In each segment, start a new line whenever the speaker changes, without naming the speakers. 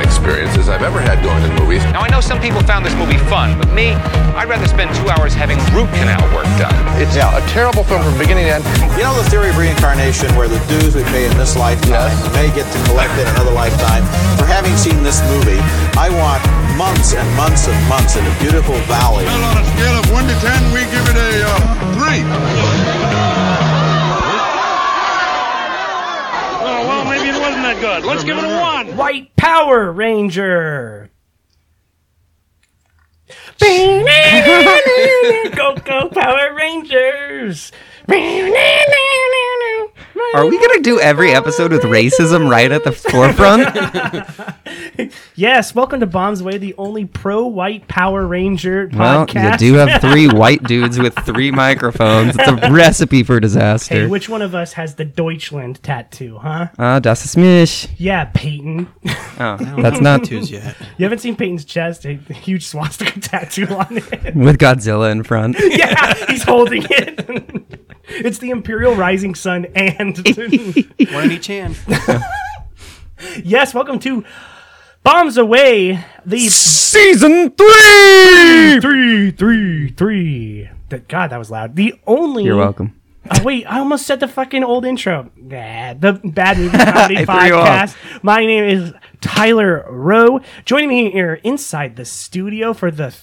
experiences I've ever had going to the movies.
Now, I know some people found this movie fun, but me, I'd rather spend two hours having root canal work done.
It's
Yeah.
a terrible film from beginning to end.
You know the theory of reincarnation where the dues we pay in this lifetime
Yes.
we may get to collect in another lifetime? For having seen this movie, I want months and months and months in a beautiful valley.
Well, on a scale of one to ten, we give it a uh, three.
Oh, well, maybe it wasn't that good. Let's give it a one.
White Power Ranger. go go Power Rangers.
Are we gonna do every episode with racism right at the forefront?
Yes, welcome to Bombs Way, the only pro-white Power Ranger
well, you
podcast.
do have three white dudes with three microphones. It's a recipe for
Hey,
disaster.
which one of us has the Deutschland tattoo, huh?
Ah, das ist mich.
Yeah, Peyton.
Oh, that's not
Tattoos yet.
You haven't seen Peyton's chest, a huge swastika tattoo on it.
with Godzilla in front.
yeah, he's holding it. it's the Imperial Rising Sun and
One in each hand.
Yes, welcome to Bombs Away, the
Season three.
three, three, three. That God, that was loud. The only.
You're welcome.
Oh, wait, I almost said the fucking old intro. Nah, the bad movie comedy
I threw you
podcast. My name is Tyler Rowe. Joining me here inside the studio for the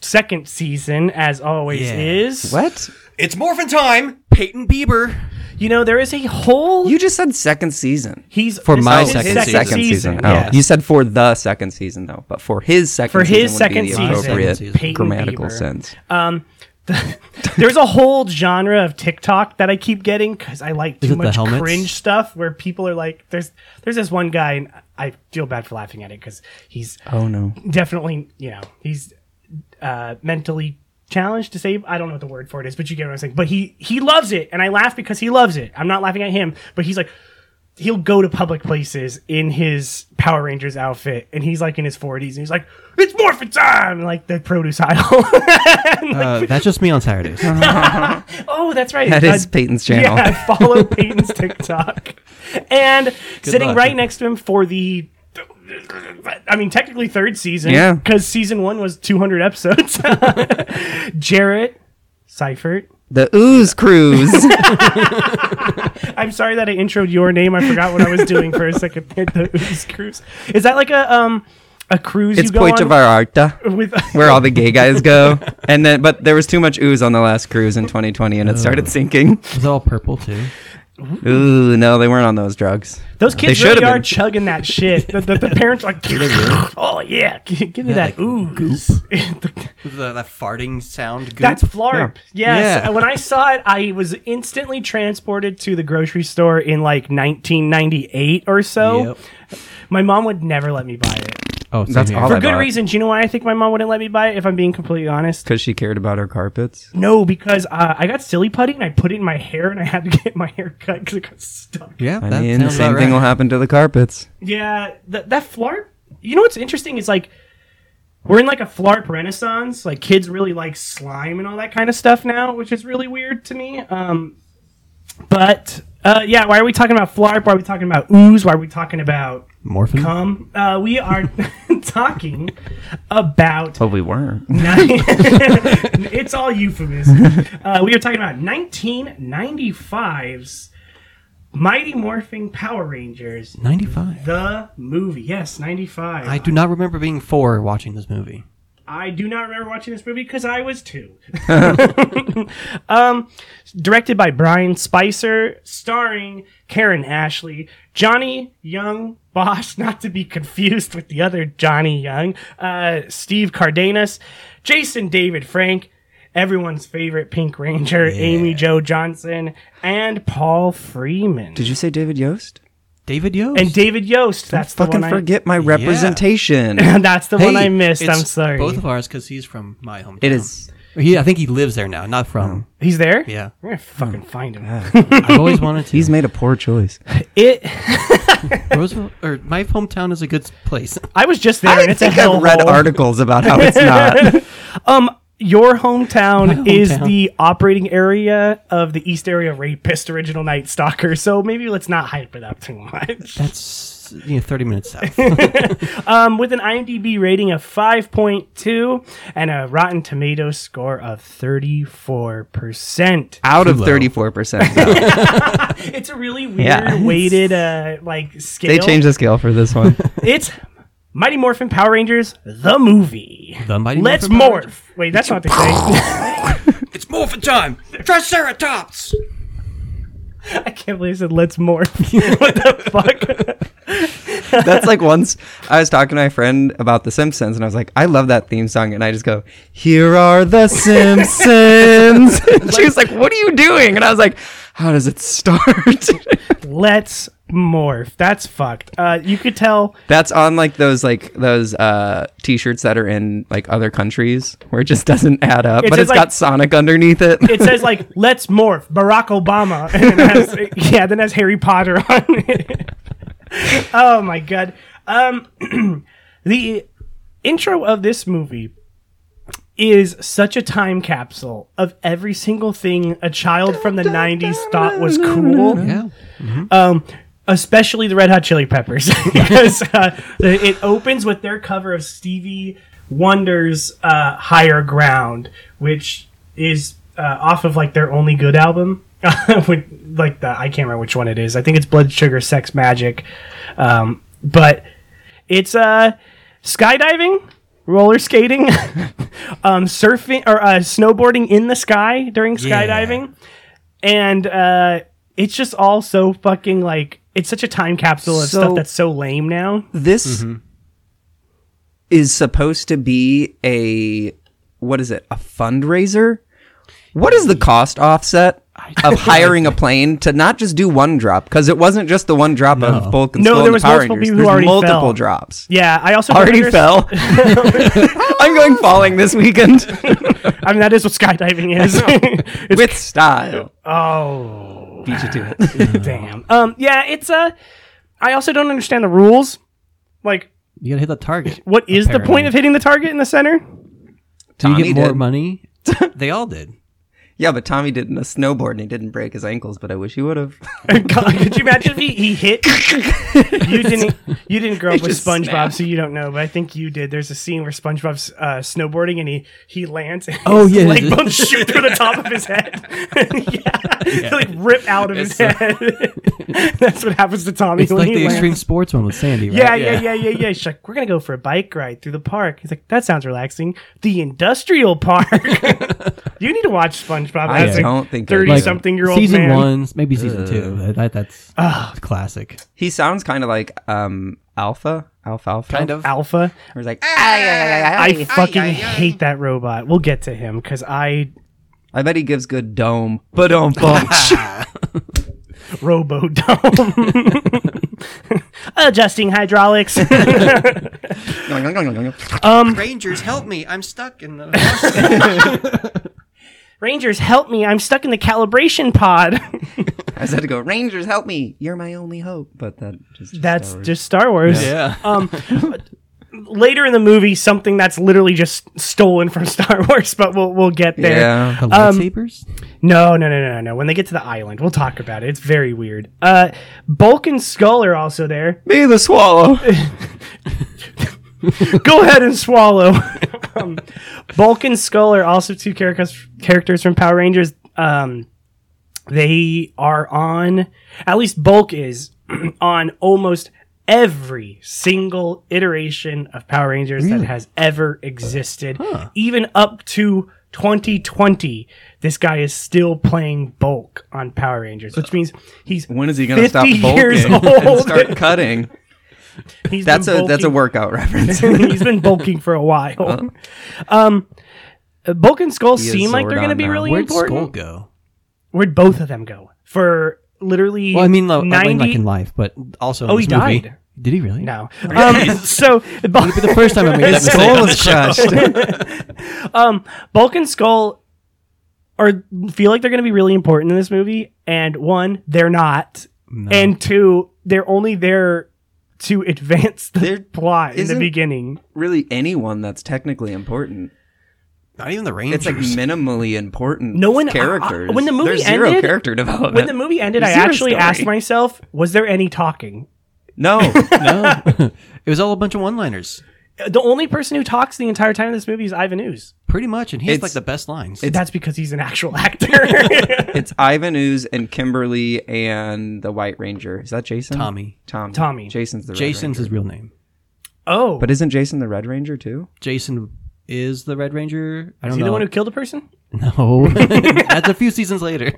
second season, as always,
Yeah.
is
What?
It's morphin' time. Peyton Bieber.
you know there is a whole.
You just said second season.
he's
For
this
my
is his
second,
second
second season. Oh,
yes.
you said for the second season though, but for his second
For his
season
second
would be
season,
the
Uh,
appropriate
Peyton
grammatical
Bieber.
sense.
There's a whole genre of TikTok that I keep getting because I like too
it the
much
helmets?
cringe stuff where people are like, "There's there's this one guy," and I feel bad for laughing at it because he's
Oh no.
definitely you know he's uh, mentally challenged, disabled. I don't know what the word for it is, but you get what I'm saying. But he he loves it, and I laugh because he loves it. I'm not laughing at him, but he's like. He'll go to public places in his Power Rangers outfit, and he's like in his 40s, and he's like, "It's morphin' time!" Like the produce aisle.
Uh, that's just me on Saturdays.
oh, that's right.
That
Uh,
is Peyton's channel.
Yeah, follow Peyton's TikTok. And sitting
luck.
right next to him for the, I mean, technically third season.
Yeah.
Because season one was 200 episodes. Jarrett Seifert.
The ooze cruise.
I'm sorry that I introed your name. I forgot what I was doing for a second. there. The Ooze cruise. Is that like a um a cruise
it's
you go
Puerto
on
Vallarta,
with?
where all the gay guys go. And then, but there was too much ooze on the last cruise in 2020, and it started sinking.
It's all purple too.
Ooh, no, they weren't on those drugs.
Those
They
kids
should
really
have
are
been.
chugging that shit. The, the, the parents are like, oh yeah, g- give me
Yeah,
that
like
ooze.
The, that farting sound. Goop.
That's Flarp. Yes.
Yeah.
And When I saw it, I was instantly transported to the grocery store in like 1998 or so.
Yep.
My mom would never let me buy it.
Oh, same
That's
here.
all
For
I
good
bought.
reason. Do you know why I think my mom wouldn't let me buy it, if I'm being completely honest?
Because she cared about her carpets.
No, because uh, I got silly putty and I put it in my hair and I had to get my hair cut because it got stuck.
Yeah,
I
that
mean, the
sounds
same
about
thing
right.
will happen to the carpets.
Yeah, th- that flarp. You know what's interesting is like we're in like a flarp renaissance. Like kids really like slime and all that kind of stuff now, which is really weird to me. Um, but uh, yeah, why are we talking about flarp? Why are we talking about ooze? Why are we talking about
Morphin.
um? Uh, we are talking about
But we weren't.
it's all euphemism. Uh, we are talking about 1995's Mighty Morphing Power Rangers.
Ninety-five.
The movie, yes, ninety five.
I do not remember being four watching this movie.
I do not remember watching this movie because I was two. um, directed by Brian Spicer, starring Karen Ashley, Johnny Young Bosch, not to be confused with the other Johnny Young, uh, Steve Cardenas, Jason David Frank, everyone's favorite Pink Ranger, Amy Jo Johnson, and Paul Freeman.
Did you say David Yost?
David Yost.
and David Yost. That's the
Fucking
one.
forget my representation.
I, that's the one I missed.
it's
I'm sorry.
Both of ours, because he's from my hometown.
It is.
He, I think he lives there now, not from.
He's there.
Yeah,
We're gonna
Hmm.
fucking find him.
I've always wanted to.
He's made a poor choice.
It.
Roseville, or my hometown is a good place.
I was just there.
I
and it's
think
a
I've read
hellhole. Um,
articles about how it's not.
Your hometown,
My
is
hometown.
the operating area of the East Area Rapist Original Night Stalker, so maybe let's not hype it up too much.
That's It's you know, 30 minutes south.
Um, with an IMDb rating of 5.2 and a Rotten Tomatoes score of 34%.
Out of 34%. though.
It's a really weird
Yeah.
weighted uh, like scale.
they changed the scale for this one.
It's Mighty Morphin Power Rangers the movie.
The Mighty
Let's
Morphin Power
morph. Wait, that's not the thing.
it's morphin' time. Triceratops.
I can't believe I said let's morph. what the fuck?
That's like once I was talking to my friend about The Simpsons, and I was like, I love that theme song. And I just go, Here are The Simpsons. And she was like, What are you doing? And I was like, How does it start?
let's morph. That's fucked. Uh, you could tell
That's on like those like those uh t-shirts that are in like other countries where it just doesn't add up,
It
but
says,
it's
like-
got Sonic underneath it.
it says like let's morph Barack Obama and then has, yeah then has Harry Potter on it. oh my god. Um the intro of this movie is such a time capsule of every single thing a child from the 90s thought was cool
Yeah.
Um, especially the Red Hot Chili Peppers, because uh, the- it opens with their cover of Stevie Wonder's uh, "Higher Ground," which is uh, off of like their only good album. With, like the I can't remember which one it is. I think it's Blood Sugar Sex Magic, um, but it's uh, skydiving, roller skating, um, surfing or uh, snowboarding in the sky during skydiving and uh, it's just all so fucking like it's such a time capsule of
So-
stuff that's so lame now.
this is supposed to be a what is it a fundraiser what is the cost offset of hiring a plane to not just do one drop because it wasn't just the one drop of Bulk and
No,
Skull
there
and
was
Power
multiple
Rangers.
people who
There's
already
multiple
fell.
drops
Yeah, I also don't
already
underst-
fell I'm going falling this weekend
I mean, that is what skydiving is. It's-
with style
oh
beat you to it
damn. Um, yeah, it's Uh, I also don't understand the rules. Like,
You gotta hit that target.
what is the point of hitting the target in the center?
Do you
Tommy
get more
did.
money? They all did.
yeah but Tommy did a snowboard and he didn't break his ankles but I wish he would have
God, Could you imagine if he, he hit? you didn't. You didn't grow up with
just
SpongeBob,
snapped.
so you don't know. But I think you did. There's a scene where SpongeBob's uh, snowboarding and he he lands. And
Oh,
his
yeah.
leg bones shoot through the top of his head. yeah, like rip out of his head. That's what happens to Tommy
It's
when
like
he
the
lands.
extreme sports one with Sandy, right?
yeah, yeah, yeah, yeah, yeah. She's like, we're gonna go for a bike ride through the park. He's like, that sounds relaxing. The industrial park. you need to watch SpongeBob.
I
as a
don't think I do.
thirty something year old
Season
man.
one, maybe season two. That, that's classic.
he sounds kind of like um alpha alfalfa
of.
Alpha.
or like "Ay, ay, ay, ay."
I fucking hate that robot. We'll get to him because I
I bet he gives good dome. But um punch.
robo dome. Adjusting hydraulics.
Rangers, help me. I'm stuck in the.
Rangers, help me. I'm stuck in the calibration pod.
I said to go, Rangers, help me. You're my only hope. But that just
That's just Star Wars.
Yeah.
Later in the movie, something that's literally just stolen from Star Wars, but we'll we'll get there.
yeah.
The lightsabers?
No, no, no, no, no, no. When they get to the island, we'll talk about it. It's very weird. Uh, Bulk and Skull are also there.
Be the swallow.
Go ahead and swallow. um, Bulk and Skull are also two characters characters from Power Rangers. Um, they are on, at least Bulk is on almost every single iteration of Power Rangers that has ever existed, even up to 2020. This guy is still playing Bulk on Power Rangers, which means he's
When is he gonna stop
50
bulking
years
and
old.
start cutting?
he's
That's
been
a that's a
bulking-
workout reference.
he's been bulking for a while. Um, uh, Bulk and Skull
Uh-huh. is
seem like they're going to
Zordon
be
now.
really
Where'd
important.
Skull go?
Where'd both of them go for literally?
Well, I mean, like, I mean,
90
like in life, but also. in
Oh,
this
he
movie.
died.
Did he really?
No. Um, so Bulk,
The first time I made that
His
mistake.
skull was crushed.
Bulk and Skull are feel like they're going to be really important in this movie, and one, they're not, and two, they're only there to advance the
There
plot in the
isn't-
beginning.
really anyone that's technically important.
Not even the
It's
Rangers.
like minimally important
No one-
characters.
I- I- when the movie
There's zero
ended-
character development.
When the movie ended, I
Zero
actually
story.
asked myself, was there any talking?
No,
No, it was all a bunch of one-liners,
The only person who talks the entire time in this movie is Ivan Ooze.
pretty much, and he has
It's-
like the best lines.
That's because he's an actual actor.
it's Ivan Ooze and Kimberly and the White Ranger. Is that Jason?
Tommy.
Tommy.
Tommy.
Jason's the Red
Jason's
Ranger.
his real name.
oh,
But isn't Jason the Red Ranger too?
Jason is the Red Ranger. I don't
is he
know.
the one who killed a person?
No, that's a few seasons later.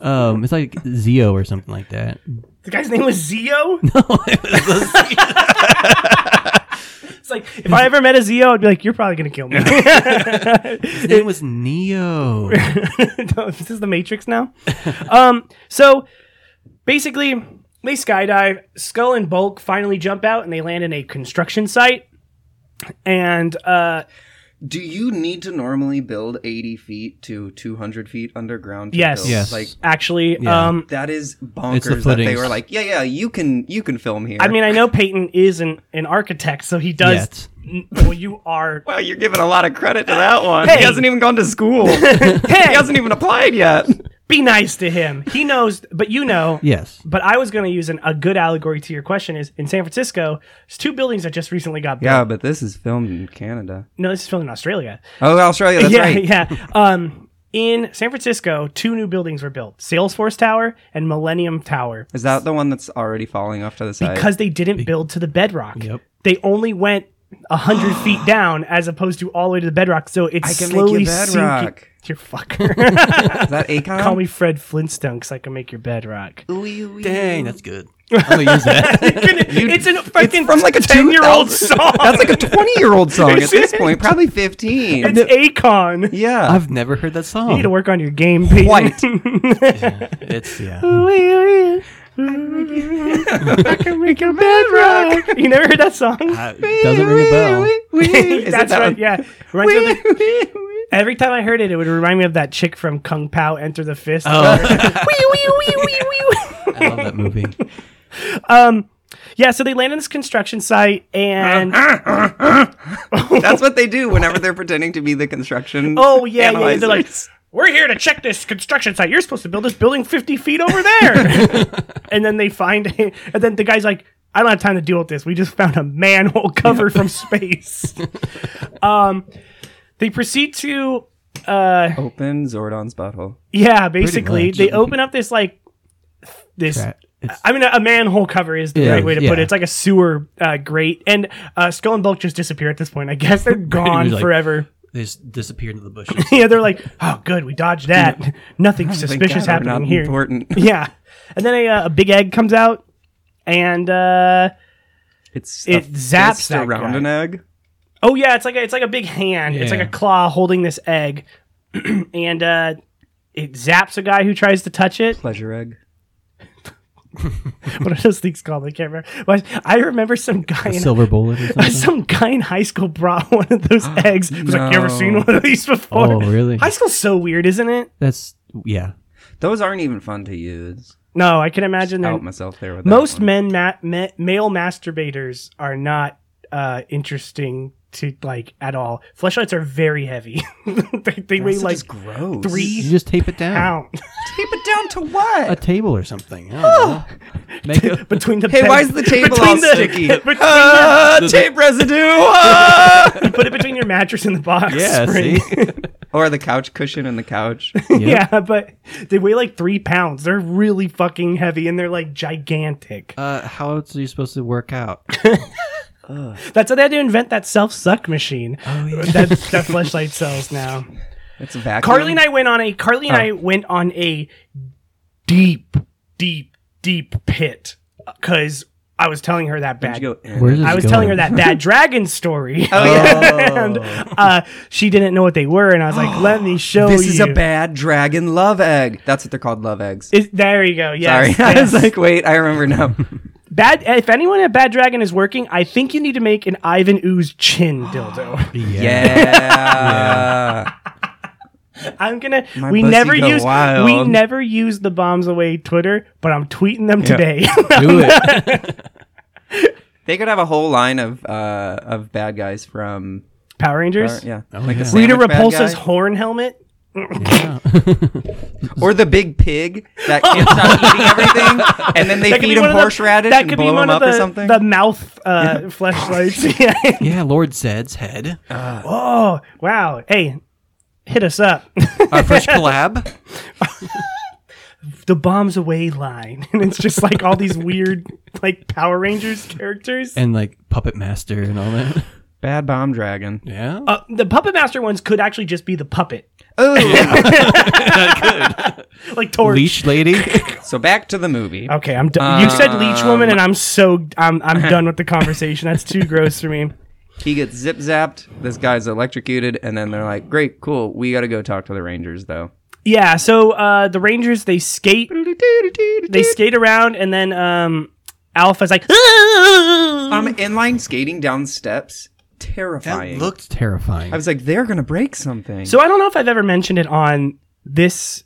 um, it's like Zio or something like that.
The guy's name was Zio. it's like if I ever met a Zio, I'd be like, "You're probably gonna kill me."
His name was Neo.
No, this is the Matrix now. um, so basically, they skydive. Skull and Bulk finally jump out, and they land in a construction site. And uh,
Do you need to normally build 80 feet to 200 feet underground? to
yes,
build?
Yes.
Like
actually,
Yeah.
um,
that is bonkers that they
footings.
were like, yeah, yeah, you can you can film here.
I mean, I know Peyton is an, an architect, so he does.
Yet.
N- Well, you are.
wow, you're giving a lot of credit to that one.
Hey.
He hasn't even gone to school. he
Hey,
hasn't even applied yet.
be nice to him. He knows, but you know.
Yes.
But I was going to use an, a good allegory to your question is in San Francisco, there's two buildings that just recently got built.
Yeah, but this is filmed in Canada.
No, this is filmed in Australia.
Oh, Australia. That's
yeah,
right.
yeah. Um, in San Francisco, two new buildings were built: Salesforce Tower and Millennium Tower,
Is that the one that's already falling off to the side?
because they didn't build to the bedrock.
Yep.
They only went hundred feet down, as opposed to all the way to the bedrock. So it's
I can make
slowly
you bedrock.
sinking. You fucker!
is that Akon?
Call me Fred Flintstone, because I can make your bedrock.
Dang, that's good. I'm gonna use that.
it's an fucking
from like a
ten-year-old
2000
song.
That's like a 20 year old song at this point, probably 15.
it's Akon. You
yeah.
I've never heard that song.
need to work on your game, Peyton.
White.
It's yeah.
I can make your bedrock. You never heard that song?
Uh, Doesn't ring a bell.
Is it
That's
that
right.
one?
Yeah. Runs with the- every time I heard it, it would remind me of that chick from Kung Pao, Enter the Fist. Wee, wee, wee, wee, wee.
I love that movie.
yeah. So they land on this construction site,
Uh-huh.
and
That's what they do whenever they're pretending to be the construction.
oh yeah, yeah, yeah, they're like.
analyzers.
We're here to check this construction site. You're supposed to build this building 50 feet over there. and then they find it. And then the guy's like, I don't have time to deal with this. We just found a manhole covered from space. um, they proceed to
open Zordon's butthole.
Yeah, basically,
much.
they open up this like th- this.
Tra- it's-
I mean, a a manhole cover is the
Yeah,
right way to put it.
yeah.
It's like a sewer uh, grate, and uh, Skull and Bulk just disappear at this point. I guess they're gone
much like-
forever.
They just disappeared into the bushes.
yeah, they're like, oh, good, we dodged that. Nothing suspicious
Thank God we're
happening
not
here.
Important.
Yeah, and then a, uh, a big egg comes out, and uh,
It's
It
a
zaps
fist
that
around
guy.
an egg.
oh yeah, it's like a, it's like a big hand. It's like
Yeah.
a claw holding this egg, and uh, it zaps a guy who tries to touch it.
Pleasure egg.
what are those things called? I can't remember. But I remember some guy in
Silver bullet or something.
some guy in high school brought one of those eggs. It was like, you ever
No.
seen one of these before?
Oh, really?
High school's so weird, isn't it?
That's yeah.
Those aren't even fun to use.
No, I can imagine
Out
that
myself there with that
most
one.
men, ma- ma- male masturbators, are not uh, interesting to like at all. Fleshlights are very heavy. they they weigh
That's
like
just gross.
You
three
just tape it down.
pounds
Tape it down to what?
A table or something. I
Oh!
don't know. Make a,
between the.
Hey,
bed-
why is the table
between
all
the-
sticky?
between
Uh, tape residue. ah!
the- put it between your mattress and the box.
yeah.
Right?
See.
or the couch cushion and the couch.
Yeah, but they weigh like three pounds. They're really fucking heavy and they're like gigantic.
Uh, how else are you supposed to work out?
That's how they had to invent that self suck machine
Oh,
that, that fleshlight sells now.
It's a vacuum.
Mm.
Carly and I went on a Carly
Oh.
and I went on a deep, deep, deep pit because I was telling her that bad.
Did you go, Oh, eh.
Where's this
I was
going?
telling her that bad dragon story, and uh, she didn't know what they were, and I was like, "Let me show
This
you."
is a bad dragon love egg. That's what they're called, love eggs.
Is- there you go.
Sorry,
Yes,
I was
yes.
like, wait, I remember now.
Bad. If anyone at Bad Dragon is working, I think you need to make an Ivan Ooze chin dildo.
Yeah.
Yeah.
I'm gonna.
My
we
pussy
never
go
use.
wild.
We never use the bombs away Twitter, but I'm tweeting them today.
Do it.
They could have a whole line of uh, of bad guys from
Power Rangers.
yeah,
yeah.
the
Rita
sandwich bad
Repulsa's
guy.
horn helmet.
Or the big pig that can't stop eating everything, and then they
That could
feed
be one
him
of the-
horseradish
That
and
could be
blow
one of
him up
the,
or something.
The mouth uh, fleshlights. Yeah.
Yeah, Lord Sed's head.
oh wow! Hey, hit us up.
Our first collab.
the bombs away line, and it's just like all these weird like Power Rangers characters.
and like Puppet Master and all that.
Bad bomb dragon.
Yeah.
Uh, the Puppet Master ones could actually just be the puppet,
Oh,
like Torch.
Leash Lady.
so back to the movie.
Okay, I'm done. you said leech
Um,
woman, and I'm so I'm I'm done with the conversation. That's too gross for me.
He gets zip zapped. This guy's electrocuted, and then they're like, "Great, cool. We got to go talk to the Rangers, though."
Yeah. So uh, the Rangers they skate they skate around, and then um, Alpha's like, "Ah!"
Um, inline skating down steps, terrifying.
looked terrifying.
I was like, they're gonna break something.
So I don't know if I've ever mentioned it on this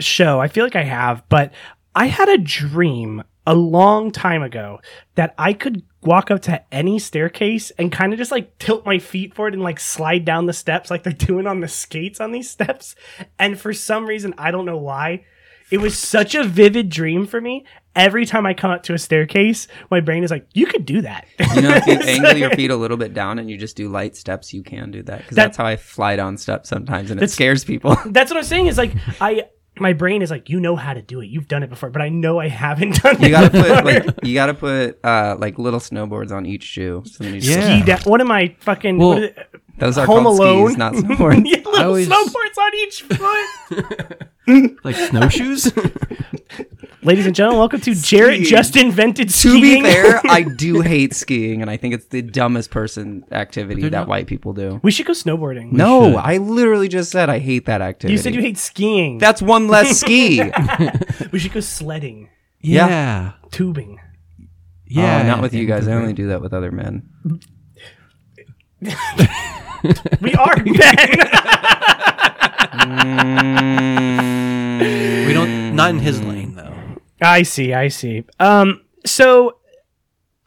show. I feel like I have, but I had a dream a long time ago that I could walk up to any staircase and kind of just like tilt my feet forward and like slide down the steps like they're doing on the skates on these steps. And for some reason, I don't know why, it was such a vivid dream for me. Every time I come up to a staircase, my brain is like, "You could do that."
you know, if you angle your feet a little bit down and you just do light steps, you can do that because
That-
that's how I fly down steps sometimes, and it scares people.
That's what I'm saying. Is like I, my brain is like, you know how to do it. You've done it before, but I know I haven't done
you
it.
gotta put like you gotta put uh, like little snowboards on each shoe. So then you just-
Yeah.
Ski da- what am I fucking?
Well-
what is it?
those are
Home
called
Alone.
skis, not snowboards.
Yeah, little
always-
snowboards on each foot.
like snowshoes.
Ladies and gentlemen, welcome to Jarrett just invented
To be
skiing.
fair, I do hate skiing, and I think it's the dumbest person activity that
not-
white people do.
we should go snowboarding.
No,
should.
I literally just said I hate that activity.
you said you hate skiing.
That's one less ski.
we should go sledding,
Yeah.
Yeah.
tubing.
Yeah.
Oh, not with you guys. I only do that with other men.
We are Ben.
We don't. Not in
Mm.
his lane though.
I see. I see. Um. So,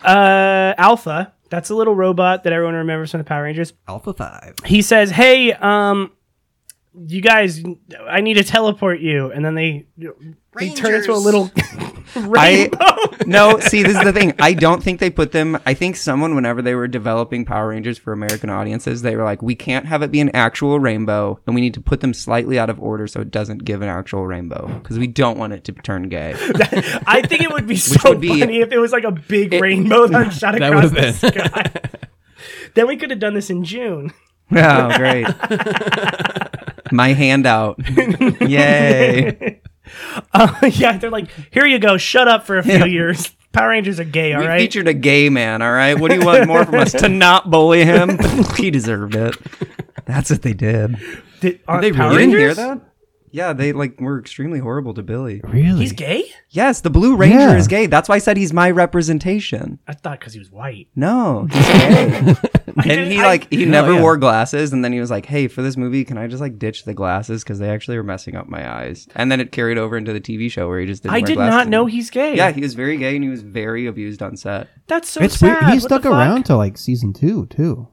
uh, Alpha. That's a little robot that everyone remembers from the Power Rangers.
Alpha Five.
he says, "Hey, um, you guys, I need to teleport you," and then they they turn into a little rainbow.
No, see, this is the thing. I don't think they put them. I think someone, whenever they were developing Power Rangers for American audiences, they were like, we can't have it be an actual rainbow, and we need to put them slightly out of order so it doesn't give an actual rainbow because we don't want it to turn gay.
I think it would be so
would be-
funny if it was like a big rainbow that shot
That
across the
would've
sky. then we could have done this in June.
oh, great. My handout. Yay.
yeah, they're like, "Here you go. Shut up for a few years." Power Rangers are gay, all
We
right.
featured a gay man, all right? What do you want more from us? To not bully him? he deserved it. That's what they did.
Did, aren't
they
Power
really?
You didn't hear
Rangers-
that? Yeah, they like were extremely horrible to Billy.
Really?
He's gay?
Yes, the Blue Ranger
Yeah.
is gay. That's why I said he's my representation.
I thought because he was white.
No, he's gay. and
didn't-
he
I-
like he never
yeah.
wore glasses, and then he was like, "Hey, for this movie, can I just like ditch the glasses because they actually were messing up my eyes?" And then it carried over into the TV show where he just didn't
I
wear
did
glasses
not know
anymore.
he's gay.
Yeah, he was very gay and he was very abused on set.
that's so
It's
sad.
weird. He
What the
stuck
fuck?
around till like season two too.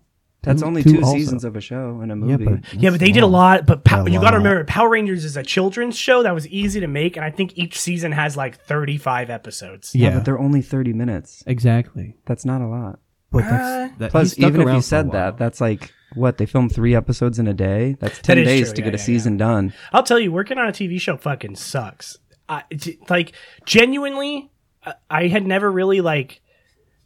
That's
Two-
only
two
two,
also.
seasons of a show and a
Yeah,
movie.
but
Yeah, but they did a lot. But pow-
A
you got to
lot.
remember, Power Rangers is a children's show that was easy to make, and I think each season has like thirty-five episodes.
yeah,
yeah,
but they're only thirty minutes.
exactly.
That's not a lot.
but that's,
Uh,
that,
Plus,
he stuck
even if you
around for a
said
while.
that, that's like what they filmed three episodes in a day. That's ten
is
days
true.
to
Yeah,
get a
yeah, yeah.
season done.
I'll tell you, working on a TV show fucking sucks. I, t- like genuinely, I- I had never really like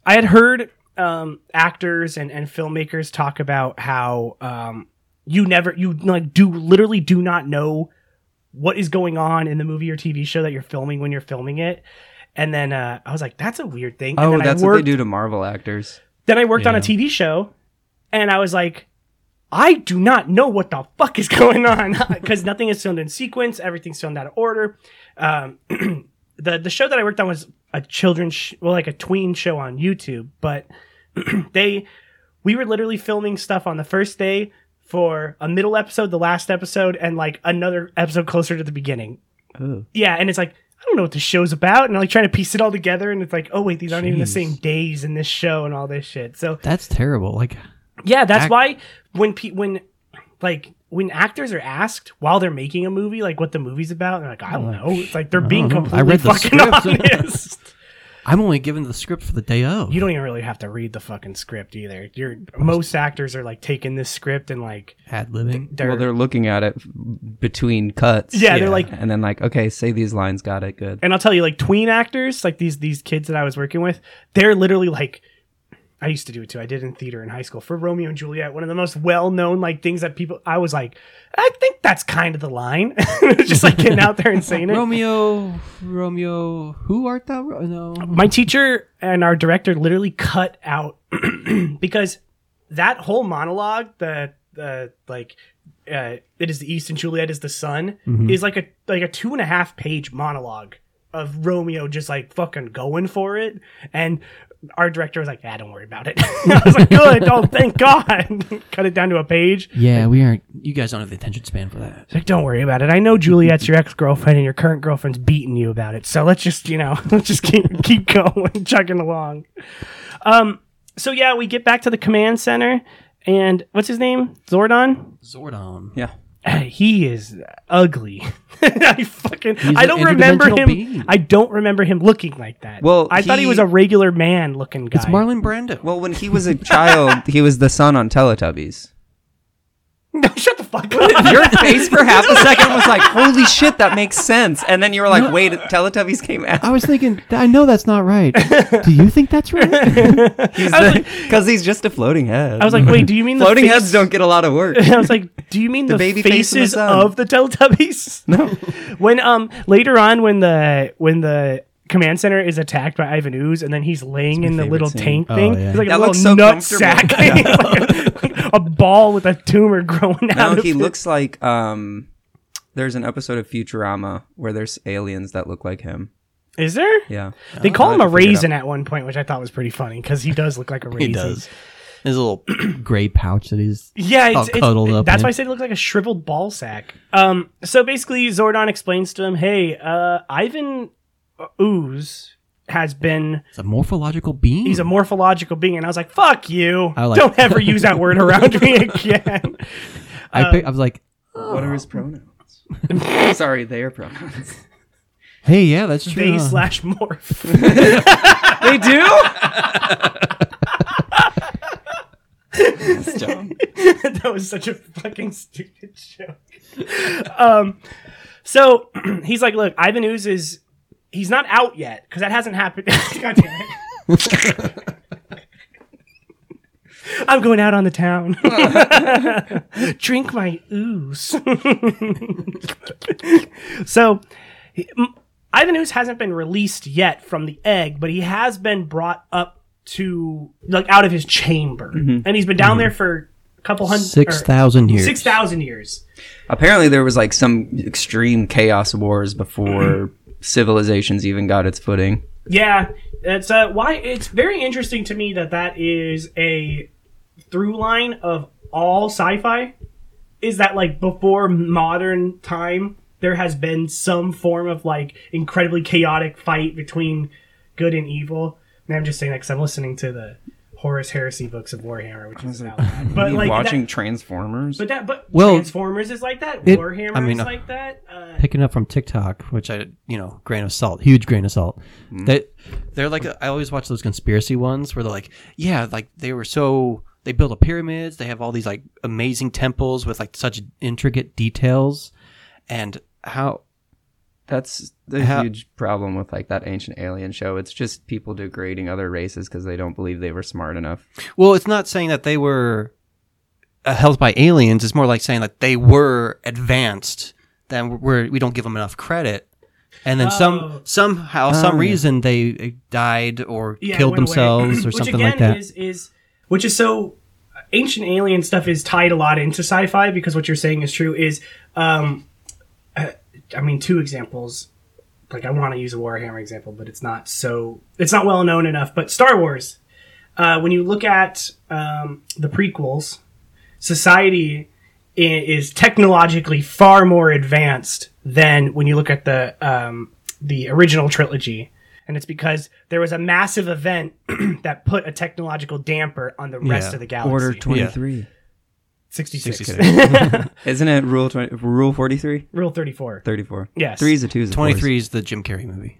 I had heard um, actors and and filmmakers talk about how um, you never you like do literally do not know what is going on in the movie or TV show that you're filming when you're filming it. And then uh, I was like, "That's a weird thing." And
Oh,
then
that's
I
what they
worked,
do to Marvel actors.
Then I worked on a TV show, and I was like, I do not know what the fuck is going on because nothing is filmed in sequence. Everything's filmed out of order. Um, the the show that I worked on was a children's sh- well, like a tween show on YouTube, but they we were literally filming stuff on the first day for a middle episode, the last episode, and like another episode closer to the beginning. Yeah, and it's like I don't know what this show's about, and I'm like trying to piece it all together, and it's like, oh wait, these aren't even the
Jeez.
same days in this show and all this shit. So
That's terrible. Like
yeah, that's
Act-
why when pe- when like when actors are asked while they're making a movie, like what the movie's about, they're like, I don't know. It's like they're being
don't know.
completely
Mm-hmm. I read the
fucking
script.
honest.
I'm only given the script for the day of.
you don't even really have to read the fucking script either. You're, most actors are like taking this script and like
Ad living.
they're,
well, they're looking at it between cuts.
Yeah, they're
yeah.
like
And then like, okay, say these lines. Got it. Good.
and I'll tell you, like tween actors, like these these kids that I was working with, they're literally like I used to do it too. I did in theater in high school for Romeo and Juliet, one of the most well known like things that people I was like, I think that's kind of the line. Just like getting out there and saying it.
Romeo, Romeo, who art thou? Ro- No.
My teacher and our director literally cut out because that whole monologue, the the like uh, it is the East and Juliet is the sun, is like a like a two and a half page monologue of Romeo just like fucking going for it, and our director was like, "Ah, don't worry about it." I was like, "Good, oh thank God!" Cut it down to a page.
Yeah, we aren't. You guys don't have the attention span for that.
It's like, "Don't worry about it. I know Juliet's your ex girlfriend, and your current girlfriend's beating you about it. So let's just you know, let's just keep keep going, chugging along." Um. So yeah, we get back to the command center, and what's his name? Zordon.
Zordon.
Yeah.
he is ugly. I fucking I
an
don't remember
interdimensional
him.
being.
I don't remember him looking like that.
Well,
I thought he
he-
was a regular man looking guy.
It's Marlon Brando.
Well, when he was a child, he was the son on Teletubbies.
No, shut the fuck up.
Your face for half a second was like, "Holy shit, that makes sense," and then you were like, "Wait, Teletubbies came out."
I
Oh.
was thinking, I know that's not right. Do you think that's right?
Because he's just a floating head.
I was like, wait, do you mean the
floating
face-
heads don't get a lot of work.
I was like, do you mean the,
baby face in the
faces
sun.
of the Teletubbies? No. when um later on when the when the command center is attacked by Ivan Ooze and then he's laying in the
favorite
little
scene.
tank thing.
Oh, yeah.
He's like a
That
little
looks so
nut
comfortable.
sack. Like a, a ball with a tumor growing out
no,
of
he
it.
looks like um. There's an episode of Futurama where there's aliens that look like him.
Is there?
Yeah.
They call him
I
a
figured it
raisin at one point, which I thought was pretty funny because he does look like a raisin.
he does. His little gray pouch that he's.
Yeah, it's,
All
it's-
cuddled up
that's
in.
why I said it looked like a shriveled ball sack. Um, so basically, Zordon explains to him, "Hey, uh, Ivan Ooze has been."
It's a morphological being.
He's a morphological being, and I was like, "Fuck you!
I like-
Don't ever use that word around me again." uh,
I, pick, I was like,
What are his pronouns? Sorry, their pronouns.
hey, yeah, that's true.
they
huh?
slash morph.
They do?
that was such a fucking stupid joke. um, so he's like, "Look, Ivan Ooze is he's not out yet because that hasn't happened." God damn it. I'm going out on the town. Drink my ooze. so, he- m- Ivan Ooze hasn't been released yet from the egg, but he has been brought up to, like, out of his chamber. And he's been down there for a couple hundred.
6,000 years.
6,000 years.
Apparently, there was like some extreme chaos wars before civilizations even got its footing.
Yeah, it's uh, why it's very interesting to me that that is a through line of all sci-fi is that like before modern time there has been some form of like incredibly chaotic fight between good and evil. And I'm just saying that because I'm listening to the Horus Heresy books of Warhammer, which is out. But
You
like
watching
that,
Transformers?
but that but
Well,
Transformers is like that.
it-
Warhammer
I
is
mean, uh,
like that. Uh,
picking up from TikTok, which I, you know, grain of salt, huge grain of salt.
Mm-hmm.
That they're like, I always watch those conspiracy ones where they're like, yeah, like they were so they built up pyramids, they have all these like amazing temples with like such intricate details, and how
That's the
Ha-
huge problem with like that ancient alien show. It's just people degrading other races because they don't believe they were smart enough.
well, it's not saying that they were uh, held by aliens. It's more like saying that they were advanced. Then we're we don't give them enough credit. And then
Oh.
some somehow some reason they uh, died or
yeah,
killed
went away.
themselves or
which
something
again
like that.
Is, is which is so ancient alien stuff is tied a lot into sci-fi because what you're saying is true. Is um, uh, I mean two examples. Like I want to use a Warhammer example, but it's not so it's not well known enough. But Star Wars, uh, when you look at um, the prequels, society i- is technologically far more advanced than when you look at the um, the original trilogy, and it's because there was a massive event that put a technological damper on the rest
Yeah.
of the galaxy.
Order 23.
66.
66.
Isn't it rule 20, rule 43?
Rule 34.
34.
Yes.
Three is a two is a four.
23 is the Jim Carrey movie.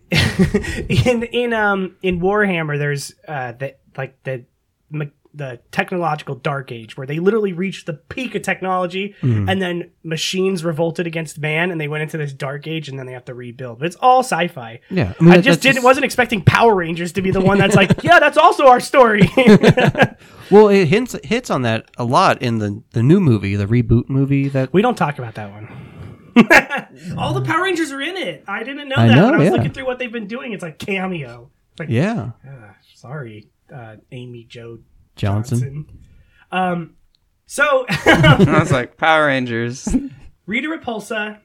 in in um in Warhammer, there's uh the like the me- the technological dark age where they literally reached the peak of technology
Mm-hmm.
and then machines revolted against man and they went into this dark age and then they have to rebuild. But it's all sci-fi.
Yeah,
I,
I mean,
just
that's
didn't
just-
wasn't expecting Power Rangers to be the one that's like, yeah, that's also our story.
Well, it hints hits on that a lot in the the new movie, the reboot movie that
we don't talk about that one. all the Power Rangers are in it. I didn't know
I
that
know,
when I was
yeah.
looking through what they've been doing. It's like cameo. It's like,
yeah,
sorry, uh, Amy Joe
Johnson.
Um, so
I was like, Power Rangers.
Rita Repulsa,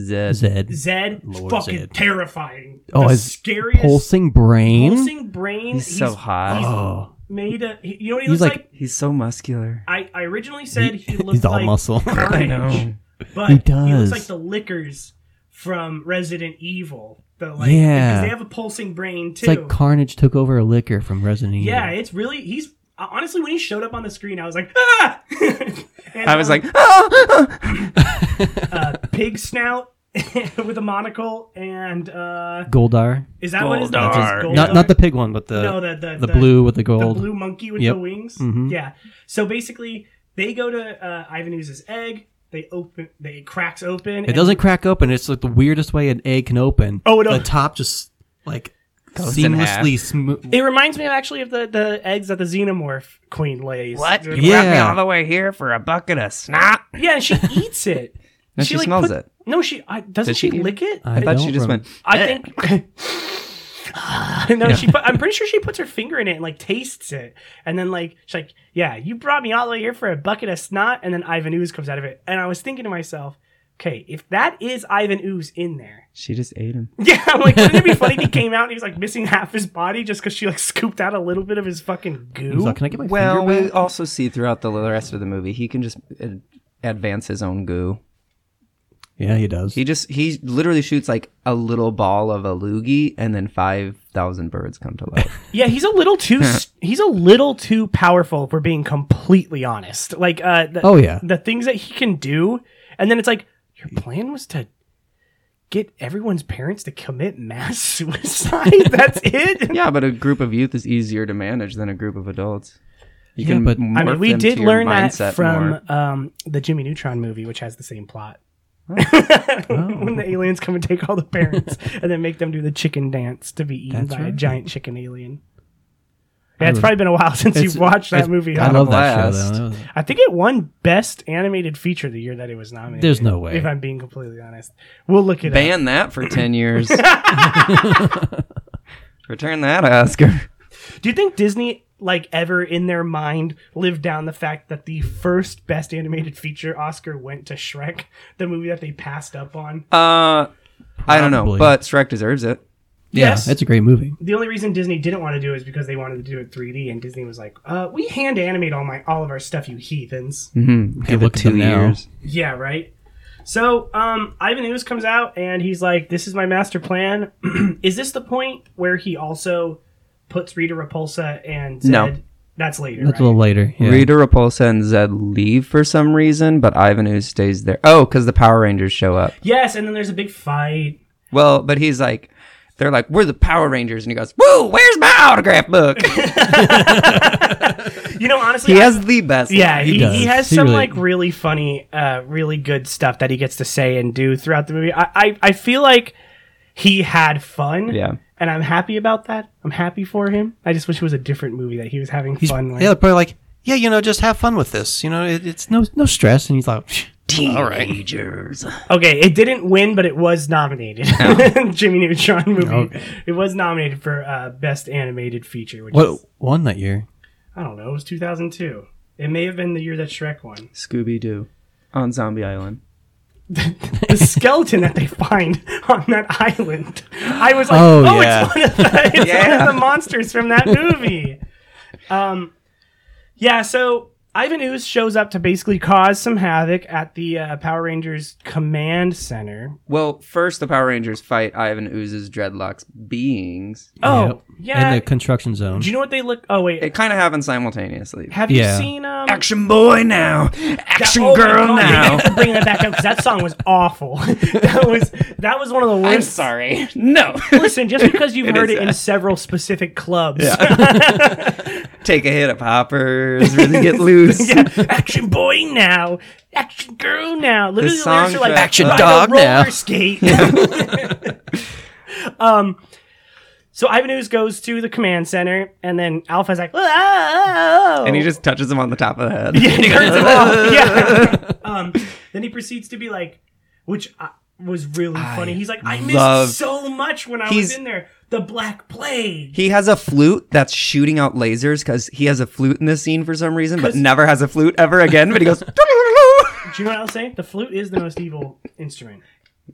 Zed.
Zed.
Zed,
Lord
fucking
Zed.
terrifying.
Oh,
the
his
scariest
pulsing brain.
pulsing brain.
He's so hot.
He's
Oh,
made a. he- you know what he looks
He's
like?
like-
He's so muscular.
I, I originally said he,
He-
looked
he's all
like
muscle.
Carnage,
I
know.
but
He
he, looks
does.
like the liquors from Resident Evil. The like,
Yeah.
because they have a pulsing brain too.
it's like Carnage took over a liquor from Resident Evil.
yeah, it's really he's honestly when he showed up on the screen, I was like, ah! And,
I was
um,
like, "Ah!"
pig snout with a monocle and uh
Goldar.
is that what his name is?
That's
Goldar?
his- Not not the pig one, but the
No, the- the- the-
blue with the
The
gold.
blue monkey with
Yep.
the wings.
Mm-hmm.
Mhm.
Yeah. So basically, they go to uh, Ivan Ooze's egg. They open. They it cracks open.
It doesn't crack open. It's like the weirdest way an egg can open.
Oh, it
the
op-
top just like
Goes in half.
seamlessly smooth.
It reminds me of actually of the the eggs that the xenomorph queen lays.
What? You
Yeah.
brought me all the way here for a bucket of snot.
Yeah, and she eats it.
No, she smells
put-
it.
No, she I, doesn't.
Does
she,
she eat
lick it.
I thought
don't
she just
remember.
went.
I think. no, she. Put, I'm pretty sure she puts her finger in it and like tastes it, and then like she's like, "Yeah, you brought me all the way here for a bucket of snot," and then Ivan Ooze comes out of it, and I was thinking to myself, "Okay, if that is Ivan Ooze in there,
She just ate him.
yeah, I'm like, wouldn't it be funny if he came out and he was like missing half his body just because she like scooped out a little bit of his fucking goo?"
He's like, can I get my
Well,
finger
we
back?
also see throughout the rest of the movie, he can just ad- advance his own goo.
yeah, he does.
He just he literally shoots like a little ball of a loogie, and then five thousand birds come to life.
Yeah, he's a little
Hmm.
too s- he's a little too powerful if we're being completely honest. Like uh the,
Oh, yeah.
the things that he can do and then it's like your plan was to get everyone's parents to commit mass suicide. That's it.
yeah, but a group of youth is easier to manage than a group of adults. You
Yeah, but- I
I mean,
morph
we
them
did
to your
learn that
mindset
from
more.
um, the Jimmy Neutron movie, which has the same plot.
Oh.
when the aliens come and take all the parents and then make them do the chicken dance to be eaten
That's
by a
right.
giant chicken alien. Yeah, it's probably been a while since you've watched that
it's-
movie.
I
huh?
love that show.
Blast.
Though. That was-
I think it won Best Animated Feature the year that it was nominated.
There's no way.
If I'm being completely honest, we'll look it up.
Ban that for ten years. Return that Oscar.
Do you think Disney, like, ever in their mind lived down the fact that the first Best Animated Feature Oscar went to Shrek, the movie that they passed up on?
Uh, I don't know,
Probably.
but Shrek deserves it.
Yeah,
Yes.
it's a great movie.
the only reason Disney didn't want to do it is because they wanted to do it 3D, and Disney was like, uh, "We hand animate all my all of our stuff, you heathens."
Give it
look at
two
them now.
years.
Yeah, right. So, um, Ivan Ooze comes out and he's like, "This is my master plan." is this the point where he also puts Rita Repulsa and Zed?
No.
That's later.
That's
right?
a little later. Yeah.
Rita Repulsa and Zed leave for some reason, but Ivan Ooze stays there. Oh, because the Power Rangers show up.
yes, and then there's a big fight.
Well, but he's like, they're like, we're the Power Rangers, and he goes, "Woo, where's my autograph book?"
You know, honestly,
he
I-
has the best.
Yeah,
He
he,
does.
he has
He
some
really-
like really funny, uh, really good stuff that he gets to say and do throughout the movie. I, I, I feel like he had fun.
Yeah.
And I'm happy about that. I'm happy for him. I just wish it was a different movie that he was having
He's,
fun with.
yeah, probably like, yeah, you know, just have fun with this. You know, it, it's no no stress. And he's like, "Psh,
teenagers.
Okay, it didn't win, but it was nominated. Jimmy Neutron movie. It was nominated for uh, best animated feature, which
what
is-
won that year?
I don't know. It was 2002. It may have been the year that Shrek won.
Scooby Doo on Zombie Island.
the skeleton that they find on that island. I was like, oh,
Oh, yeah.
it's, one of, the, it's
Yeah.
one of the monsters from that movie. Um, yeah, so Ivan Ooze shows up to basically cause some havoc at the uh, Power Rangers command center.
Well, first the Power Rangers fight Ivan Ooze's dreadlocks beings.
Oh,
Yep.
yeah.
In the construction zone.
Do you know what they look? Oh wait,
It kind of happens simultaneously.
have
Yeah.
you seen um?
Action boy now, action
oh my
girl
God,
now.
you're Bringing that back up because that song was awful. that was that was one of the worst.
I'm sorry. No.
Listen, just because you've
It
heard
is uh,
it in
that.
several specific clubs.
Take a hit of poppers, really get loose.
action boy now, action girl now. Literally,
The
the lyrics are like
soundtrack- Action
ride a
dog
roller
now.
Skate. um, so Ivan Ooze goes to the command center, and then Alpha's like, "Whoa!"
And he just touches him on the top of the head.
yeah, and he turns it off. Yeah. um, then he proceeds to be like, which I, was really funny. He's like, I
love-
missed so much when I was
He's-
in there. The Black Plague.
He has a flute that's shooting out lasers because he has a flute in this scene for some reason, but never has a flute ever again. But he goes.
Do you know what I was saying? The flute is the most evil instrument.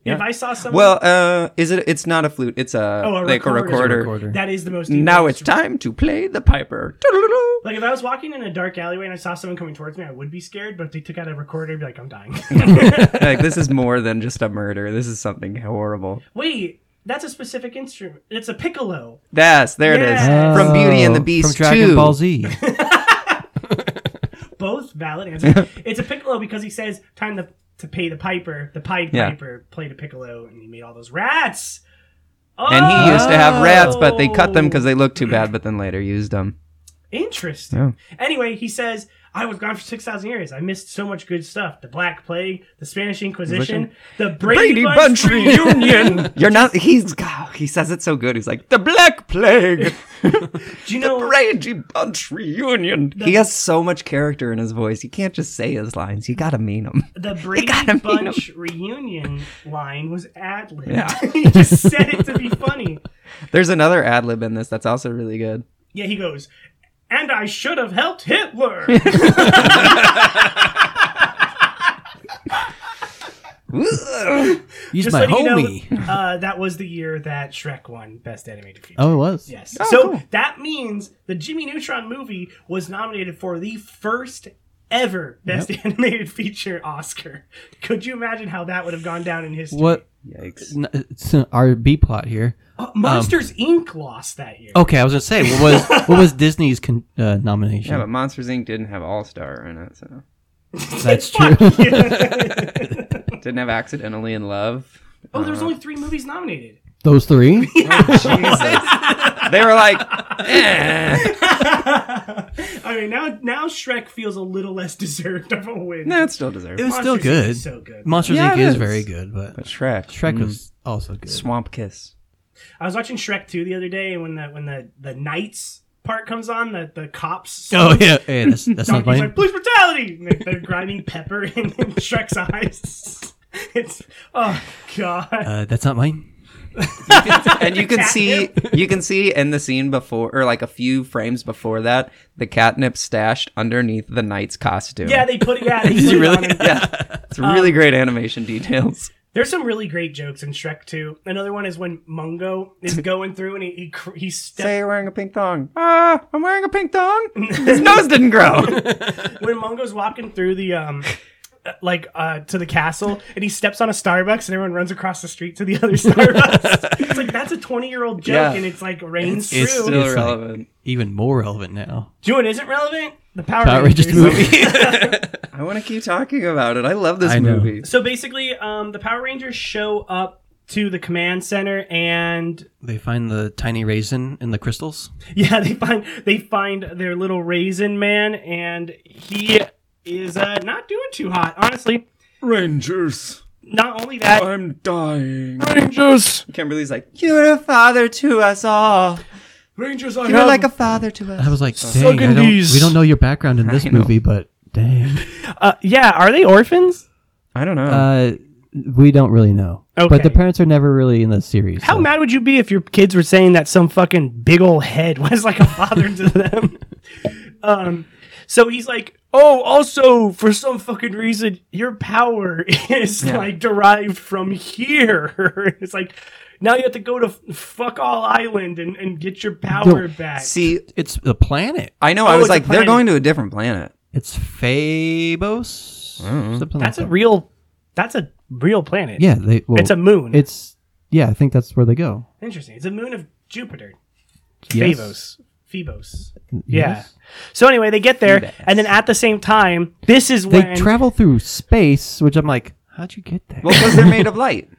If I saw someone,
well, uh, is it? It's not a flute. It's a,
Oh, a
like a
recorder.
recorder.
Recorder.
that is the most. Evil
Now it's
instrument.
time to play the piper.
Like if I was walking in a dark alleyway and I saw someone coming towards me, I would be scared. But if they took out a recorder, I'd be like, I'm dying.
like this is more than just a murder. This is something horrible.
Wait, that's a specific instrument. It's a piccolo.
Yes, there
Yes.
it is. From Beauty and the
Oh,
Beast
From Dragon
2.
Ball Z.
Both valid answers. it's a piccolo because he says, "Time to, to pay the piper." The Pied
Yeah.
Piper played a piccolo, and he made all those rats.
And he used to have rats, but they cut them
Oh!
because they looked too bad, but then later used them.
Interesting. Anyway, he says, I was gone for 6,000 years. I missed so much good stuff. The Black Plague, the Spanish Inquisition, the Brady, Bunch, reunion.
You're not. He's. God, he says it so good. He's like the Black Plague,
Do you
the
know?
Brady Bunch reunion. He has so much character in his voice. You can't just say his lines. You gotta mean them.
The Brady
gotta mean
Bunch reunion line was ad lib. he just said it to be funny.
There's another ad lib in this that's also really good.
Yeah, he goes, and I should have helped Hitler.
He's
Just
my
letting
homie.
You know, uh, that was the year that Shrek won Best Animated Feature.
Oh, it was.
Yes. so that means the Jimmy Neutron movie was nominated for the first ever Best Animated Feature Oscar. Could you imagine how that would have gone down in history?
What?
Yikes.
N- It's an RB plot here.
Uh, Monsters
um,
Inc. lost that year.
Okay, I was gonna say what was what was Disney's con- uh, nomination?
Yeah, but Monsters Inc. didn't have All Star in it, so
That's true.
Fuck you.
didn't have Accidentally in Love.
oh, there's
Uh-huh.
only three movies nominated.
Those three?
They were like,
I mean, now now Shrek feels a little less deserved of a win.
nah, it's still deserved.
It was still
Monsters Inc.
good.
is so good.
Monsters
Yeah,
Inc.
it
is
is.
very good, but
Shrek. Mm.
Shrek was also good.
Swamp Kiss.
I was watching Shrek 2 the other day, and when the when the the knights part comes on, the the cops.
Oh yeah, yeah that's, that's
Donkey's
not funny.
like, police brutality! And they're, they're grinding pepper in, in Shrek's eyes. It's, oh, God.
Uh, that's not mine.
and you can see
Catnip.
you can see in the scene before or like a few frames before that the catnip stashed underneath the knight's costume
yeah, they put it, yeah, they put it on him.
yeah it's really great animation details
There's some really great jokes in Shrek 2. Another one is when Mungo is going through and he, he, cr- he steps
say you're wearing a pink thong ah i'm wearing a pink thong his nose didn't grow
when Mungo's walking through the um uh, like uh to the castle and he steps on a Starbucks and everyone runs across the street to the other Starbucks. it's like that's a twenty year old joke
Yeah.
and it's like rains
it's
through.
still
like-
relevant
Even more relevant now.
Do you know what isn't relevant? The Power,
Power
Rangers.
Rangers movie.
i want to keep talking about it i love this
I know.
movie
So basically, um the Power Rangers show up to the command center and
they find the tiny raisin in the crystals.
yeah they find they find their little raisin man and he is uh not doing too hot honestly
rangers
not only that
i'm dying rangers kimberly's like you're a father to us all
rangers are
you're like a father to us
I was like, dang, I don't,
these.
we don't know your background in this
know.
movie, but dang,
uh, yeah are they orphans
i don't know
Uh, we don't really know.
Okay.
But the parents are never really in the series.
How
so-
mad would you be if your kids were saying that some fucking big old head was like a father to them? Um, so he's like, oh, also for some fucking reason, your power is like derived from here. it's like now you have to go to f- fuck all island and, and get your power back.
see
it's the planet.
I know.
Oh,
I was
it's a
like, they're
planet.
going to a different planet.
It's Phabos. Something
That's a
like that.
real. That's a real planet.
yeah. They, well,
It's a moon.
It's yeah. I think that's where they go.
Interesting. It's a moon of Jupiter.
Yes.
Phabos. Phoebos. Yeah.
Yes.
So anyway, they get there, and then at the same time, this is
They
when
travel through space, which I'm like, how'd you get there?
Well, because they're made of light.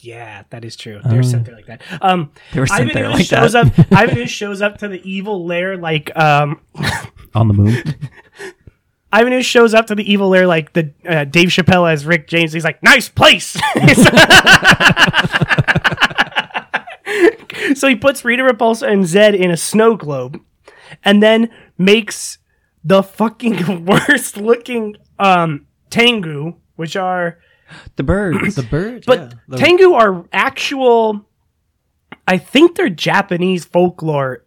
Yeah, that is true. They were sent there like that. Um,
They were sent
Ivan
there
Ooze
like that.
shows up. Ivan Ooze shows up to the evil lair like um.
On the moon.
Ivan Ooze shows up to the evil lair like the uh, Dave Chappelle as Rick James. He's like, nice place. so he puts Rita Repulsa and Zed in a snow globe, and then makes the fucking worst looking um Tengu, which are
The birds.
the bird. yeah.
but
The-
Tengu are actual. I think they're Japanese folklore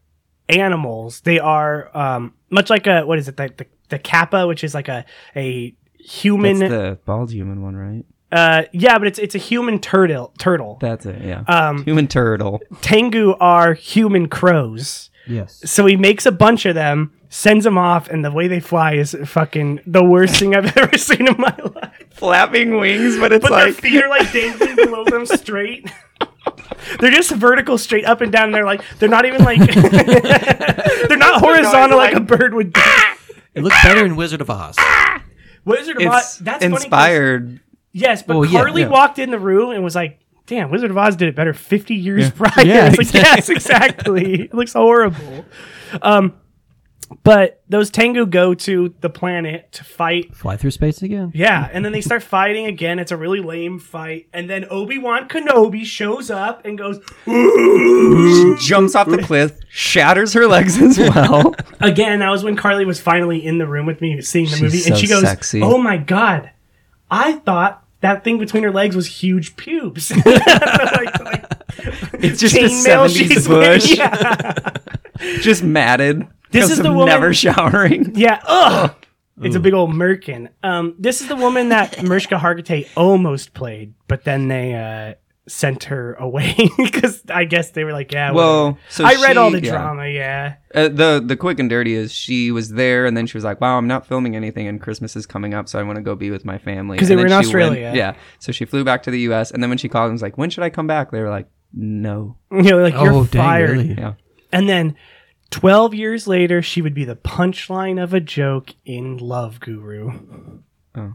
animals. They are um, much like a what is it the the, the kappa, which is like a a human.
That's the bald human one, right?
uh, yeah, but it's it's a human turtle. Turtle
That's it. Yeah.
Um,
human turtle.
Tengu are human crows.
yes.
So he makes a bunch of them, sends them off, and the way they fly is fucking the worst thing I've ever seen in my life.
Flapping wings, but it's
But their feet are like dangling below them straight. They're just vertical, straight up and down. They're like they're not even like they're not horizontal like, a bird would. do.
It looks better in Wizard of Oz.
Wizard of Oz.
it's
That's funny 'cause-
inspired.
yes, but
Well, yeah,
Carly
yeah.
walked in the room and was like, "Damn, Wizard of Oz did it better fifty years prior."
Yeah,
it's like yes, exactly. it looks horrible. Um, but those Tengu go to the planet to fight
Fly through space again.
Yeah, and then they start fighting again. It's a really lame fight. And then Obi Wan Kenobi shows up and goes
jumps off the cliff, shatters her legs as well.
again. That was when Carly was finally in the room with me seeing the movie, and
so
she goes,
sexy.
"Oh my god, I thought that thing between her legs was huge pubes." Like- like
it's just a
chainmail she's
seventies bush,
Yeah,
just matted.
This
'cause
is
of
the woman-
never showering.
yeah. Ugh. It's a big old merkin. Um, this is the woman that Mershka Hargitay almost played, but then they uh, sent her away because I guess they were like, "Yeah, whatever.
Well, Oh, so
I read
she-
all the
yeah.
drama, yeah.
Uh, the the quick and dirty is she was there, and then she was like, "Wow, I'm not filming anything, and Christmas is coming up, so I want to go be with my family."
'Cause they
And
were
then
in
she went-
Australia.
yeah, so she flew back to the U.S. And then when she called and was like, "When should I come back?" They were like, "No."
You know, like you're
oh, dang,
fired.
really?
Yeah.
And then 12 years later, she would be the punchline of a joke in Love Guru.
Oh.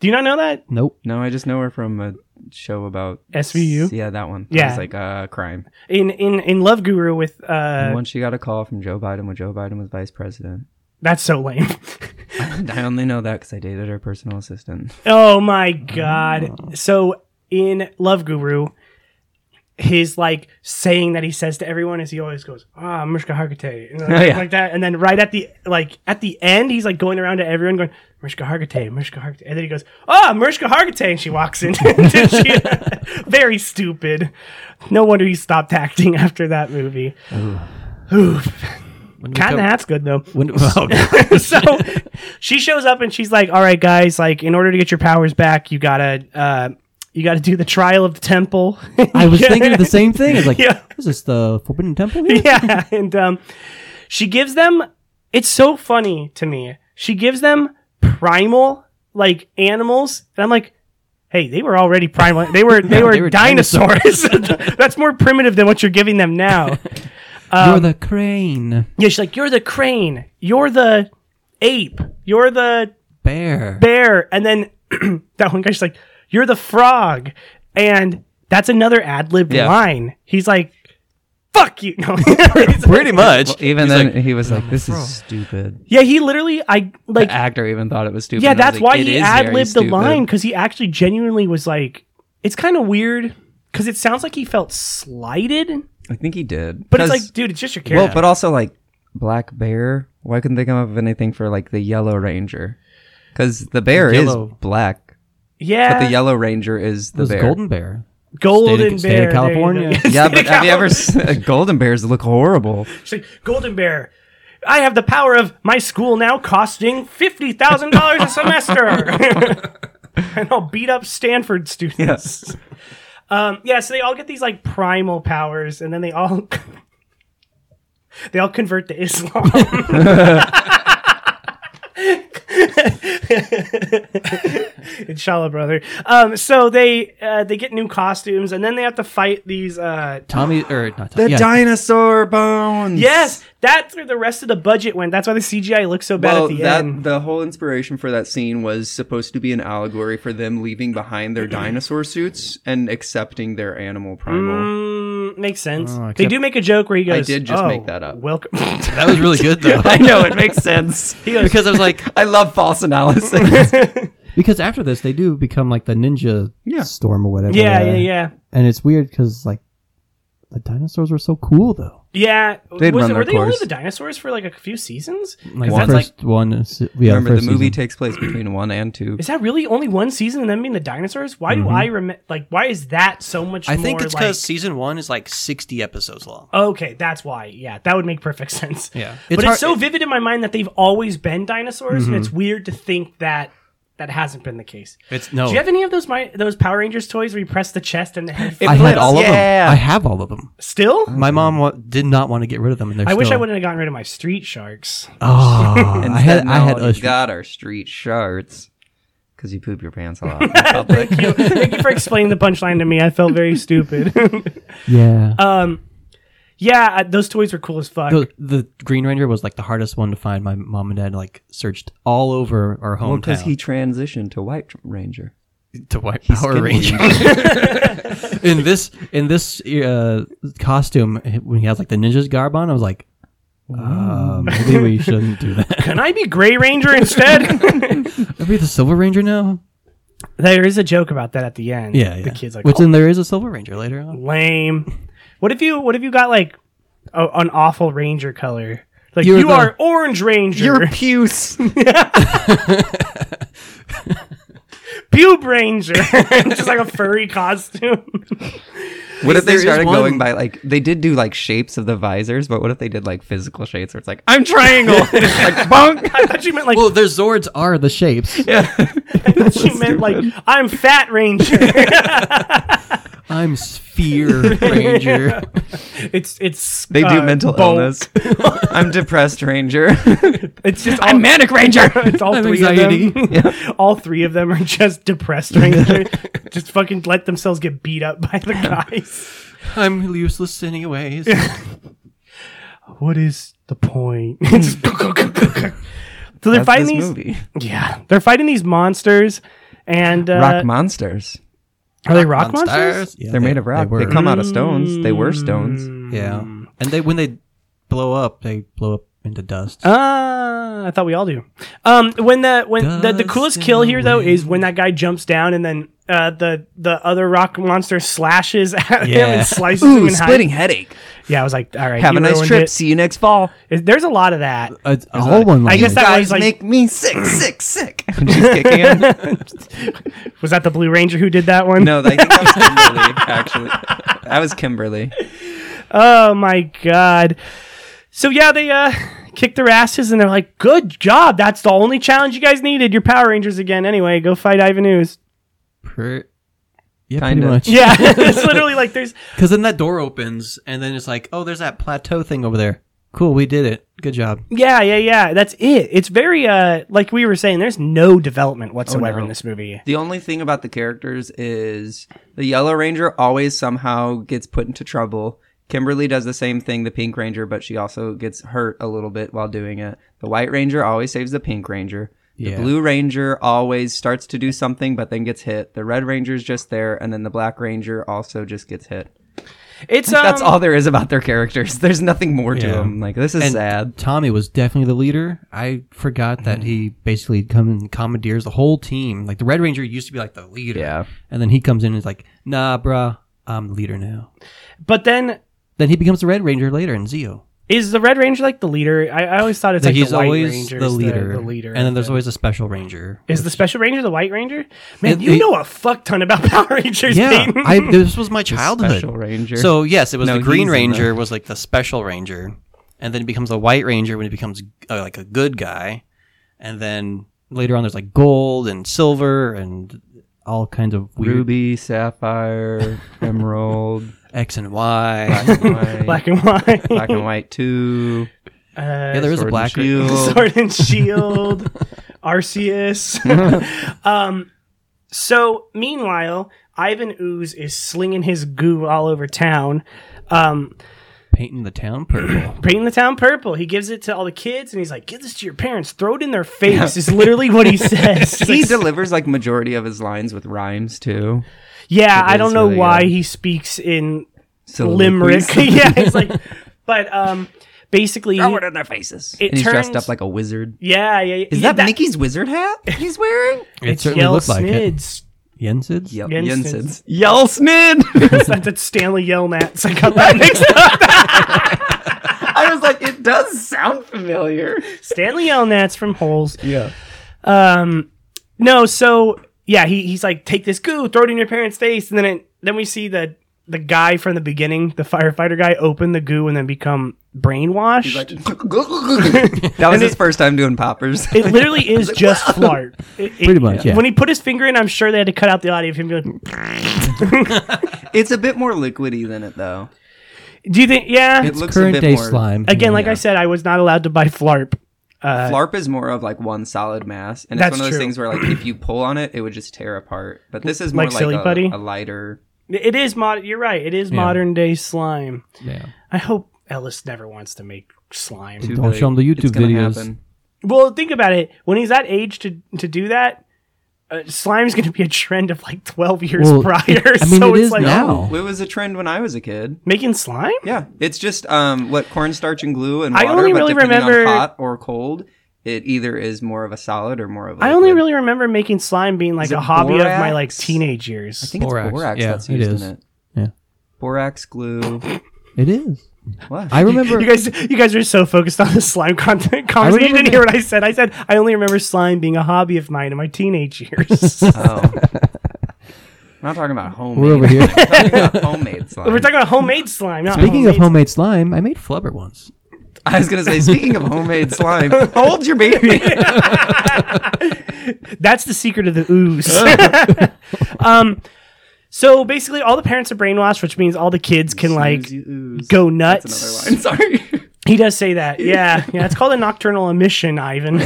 Do you not know that?
Nope.
No, I just know her from a show about
SVU?
Yeah, that one.
Yeah.
it was like uh, crime.
In in in Love Guru with uh
And once she got a call from Joe Biden when Joe Biden was vice president.
that's so lame.
I only know that because I dated her personal assistant.
oh my god. So in Love Guru his like saying that he says to everyone is he always goes ah Mishka Hargitay and like,
Oh, yeah.
like that and then right at the like at the end he's like going around to everyone going Mishka Hargitay Mishka Hargitay and then he goes ah Mishka Hargitay and she walks in She- very stupid no wonder he stopped acting after that movie Oof.
When do we
Cat in the
come-
Hat's good though
When, oh, God.
so she shows up and she's like, "All right, guys, like in order to get your powers back, you gotta uh, you gotta do the trial of the temple."
I was thinking of the same thing. It's like,
Yeah.
is this the Forbidden Temple? Here?
yeah, and um, she gives them. It's so funny to me. She gives them primal like animals, and I'm like. Hey, they were already primal. They were they, were,
they were
dinosaurs. That's more primitive than what you're giving them now.
You're the crane
Yeah, she's like, "You're the crane. You're the ape. You're the
bear.
bear. And then that one guy's like, You're the frog. And that's another ad lib
Yeah.
line. He's like, Fuck you. No. He's like-
Pretty much.
Even
He's
then,
like,
he was like, "This is stupid."
yeah, he literally, I like,
the actor even thought it was stupid.
yeah,
and I was
that's
like,
why
"It
he
is
ad
very
libbed the
stupid."
line because he actually genuinely was like, It's kind of weird because it sounds like he felt slighted,
I think he did.
but it's
'Cause-
like, dude, it's just your
well,
character.
but also like Black Bear. Why couldn't they come up with anything for like the Yellow Ranger? Because the bear
Yellow.
is black,
yeah,
but the Yellow Ranger is
It
the
was
bear.
Golden Bear.
golden
State of
bear. there you go.
California.
yeah, but have you ever seen golden bears look horrible?
It's like, Golden Bear, I have the power of my school now costing fifty thousand dollars a semester, and I'll beat up Stanford students. Um, yeah, so they all get these like primal powers, and then they all they all convert to Islam. Inshallah, brother. Um, so they uh, they get new costumes, and then they have to fight these. Uh,
Tommy or not Tommy.
The
yeah,
dinosaur bones.
yes, that's where the rest of the budget went. That's why the CGI looks so bad
Well,
at the
that
end.
the whole inspiration for that scene was supposed to be an allegory for them leaving behind their dinosaur suits and accepting their animal primal.
Mm, makes sense.
Oh,
I
they
kept-
do make a joke where he goes.
did just
"Oh,
make that up."
Welcome.
that was really good though.
I know it makes sense
because I was like,
I love false analysis.
because after this they do become like the ninja
Yeah.
storm or whatever.
yeah,
they
yeah,
are.
yeah,
And it's weird because like the dinosaurs were so cool though.
yeah.
They'd
Was
run
it-
their
were they only
course.
the dinosaurs for like a few seasons? 'Cause
Like the
that's like,
first one, is- yeah,
Remember, the
first
movie
season.
takes place between one and two.
is that really only one season and then being the dinosaurs? Why
Mm-hmm.
do I remember? Like, why is that so much?
I think
more,
it's
like-
because season one is like sixty episodes long.
Okay, that's why. Yeah, that would make perfect sense.
Yeah.
but
It's
it's
hard-
so vivid in my mind that they've always been dinosaurs,
Mm-hmm.
and it's weird to think that that hasn't been the case.
It's no.
Do you have any of those my, those Power Rangers toys where you press the chest and the head?
I had
flips.
all of
Yeah.
them. I have all of them.
Still,
My mom wa- did not want to get rid of them, and they're
I wish I
still-
wouldn't have gotten rid of my Street Sharks.
Oh,
And
I had, I had
now
a
you got our street shards because you poop your pants a lot in public.
Thank you for explaining the punchline to me. I felt very stupid.
Yeah.
Uh, yeah, I- those toys were cool as fuck.
the, the Green Ranger was like the hardest one to find. My mom and dad like searched all over our hometown
Because he transitioned to White Ranger.
to white Power Ranger. in this in this uh, costume, when he has like the ninja's garb on, I was like, uh, maybe we shouldn't do that.
Can I be Gray Ranger instead?
Are we the Silver Ranger now?
there is a joke about that at the end.
Yeah, yeah.
the kids like
Which
"Oh,
then there is a Silver Ranger later on.
lame. What if you? What if you got like a, an awful Ranger color? Like
You're
you
the-
are orange ranger.
puce.
pube ranger. Just like a furry costume.
What if they
There is
started
one-
going by like they did do like shapes of the visors, but what if they did like physical shapes where it's like I'm triangle, it's like bunk.
I thought you meant like
Well, their Zords are the shapes.
I thought you meant like I'm fat ranger.
I'm Sphere Ranger.
it's it's
They do
uh,
mental
bulk.
illness. I'm depressed ranger.
It's just all,
I'm manic ranger.
it's all
I'm
three of them.
anxiety.
All three of them are just depressed ranger. just fucking let themselves get beat up by the guys.
I'm useless anyways.
What is the point? It's just- so they're
That's
fighting
this
these
movie.
yeah they're fighting these monsters and uh,
rock monsters.
are they rock monsters?
Yeah,
They're made of rock.
were.
They, come out of stones. They were
Mm,
stones.
Yeah, and they when they blow up, they blow up into dust.
Ah, I thought we all do. Um, when the when the, the
Dust
coolest
in
kill
the
here though is when that guy jumps down and then uh, the the other rock monster slashes at him
Yeah.
and slices him
Ooh,
in half.
splitting headache.
Yeah, I was like, all right,
Have
you
a nice
ruined
trip.
it.
See you next fall.
It- There's a lot of that.
a, a whole one.
I guess
like-
that
Guys,
was like,
make me sick, sick, sick. I'm just kicking him.
was that the Blue Ranger who did that one?
No, I think that was Kimberly. Actually, that was Kimberly.
Oh my god. So yeah, they uh kick their asses and they're like, "Good job. That's the only challenge you guys needed. You're Power Rangers again. Anyway, go fight Ivan Ooze."
Per- yeah,
Kinda.
pretty much.
Yeah, it's literally like there's
because then that door opens, and then it's like, oh, there's that plateau thing over there. Cool, we did it. Good job.
Yeah, yeah, yeah. That's it. It's very uh like we were saying, there's no
Oh,
development whatsoever in this movie.
The only thing about the characters is the Yellow Ranger always somehow gets put into trouble. Kimberly does the same thing, the Pink Ranger, but she also gets hurt a little bit while doing it. The White Ranger always saves the Pink Ranger. The
Yeah.
Blue Ranger always starts to do something but then gets hit. The Red Ranger's just there, and then the Black Ranger also just gets hit.
It's um,
That's all there is about their characters. There's nothing more to
Yeah.
them. Like this is
And
sad.
Tommy was definitely the leader. I forgot that he basically come and commandeers the whole team. Like the Red Ranger used to be like the leader.
Yeah.
And then he comes in and is like, nah, bruh, I'm the leader now.
But then
Then he becomes the Red Ranger later in Zeo.
is the Red Ranger like the leader? I, I always thought it's
That
like
he's
the White
always
Ranger
the
is
leader.
The, leader.
And then there's always a special ranger.
is the Special Ranger the White Ranger? Man,
It-
you
it-
know a fuck ton about Power Rangers.
yeah,
Peyton.
I, this was my childhood.
Special Ranger.
So yes, it was
No,
the Green
he's in
Ranger was like the Special Ranger, and then it becomes the White Ranger when it becomes uh, like a good guy, and then later on there's like gold and silver and all kinds of weird
Ruby, Sapphire, Emerald,
X and Y.
Black and White,
Black and white,
Black and White Two.
yeah, there is a
Sword and
black
Shield.
sword and shield. Arceus. um, so meanwhile, Ivan Ooze is slinging his goo all over town. Um,
Painting the town purple.
painting the town purple. He gives it to all the kids, and he's like, "Give this to your parents. Throw it in their face." Is literally what he says.
He
He's-
delivers like majority of his lines with rhymes too.
yeah, I don't
is
know
really um,
why
good.
he speaks in
Soliloquies.
limerick. yeah, he's like, but um, basically,
Throw it in their faces.
It
and he's dressed
turns-
up like a wizard.
yeah, yeah, yeah.
Is
yeah,
that, Mickey's wizard hat he's wearing?
It
It's
certainly
Yell
looked like it.
Snids.
Yensid?
Yep,
Jensen's.
Jensen's. Yell Snid!
That's that's Stanley Yelnats. I got that mixed up.
I was like, it does sound familiar.
Stanley Yelnats from Holes. Yeah. Um, no, so yeah, he, he's like, take this goo, throw it in your parents' face, and then it, then we see the the guy from the beginning, the firefighter guy, open the goo and then become brainwashed.
That was his first time doing poppers.
it literally is just flart. It- it-
Pretty much, yeah.
When he put his finger in, I'm sure they had to cut out the audio of him being. Like,
it's a bit more liquidy than it though.
Do you think? Yeah.
It looks
Current
a bit
day
more
slime.
Again, like I said, I was not allowed to buy flarp.
Flarp is more of like one solid mass, and
That's
it's one of
true.
those things where like if you pull on it, it would just tear apart. But this is more
Like
like,
Silly
a,
Putty?
a lighter.
It is mod. You're right. It is modern day slime.
Yeah.
I hope Ellis never wants to make slime.
Don't show 'em the YouTube
gonna
videos.
Well, think about it. When he's that age to to do that, uh, slime's going to be a trend of like twelve years
Well,
prior.
it- I mean,
so
it
it's
is
like oh.
now.
It was a trend when I was a kid.
making slime.
Yeah, it's just um, what cornstarch and glue and
I
water.
only
but
really
depending
remember-
on hot or cold. It either is more of a solid or more of. a
I only
liquid.
really remember making slime being like
it
a hobby of my
borax?
like teenage years.
I think
Borax.
it's borax
Yeah,
that's
it
used
is.
in it.
Yeah.
Borax glue.
It is.
What?
I remember
you guys, you guys are so focused on the slime content conversation. You didn't hear what I said. I said I only remember slime being a hobby of mine in my teenage years.
oh. I'm not talking about homemade.
we're over here.
I'm talking about homemade slime.
We're talking about homemade slime. Not
Speaking of
homemade
homemade slime, I made flubber once.
I was gonna say, speaking of homemade slime, hold your baby.
That's the secret of the ooze. um, so basically, all the parents are brainwashed, which means all the kids can like go nuts.
I'm sorry.
He does say that. Yeah, yeah. It's called a nocturnal emission, Ivan.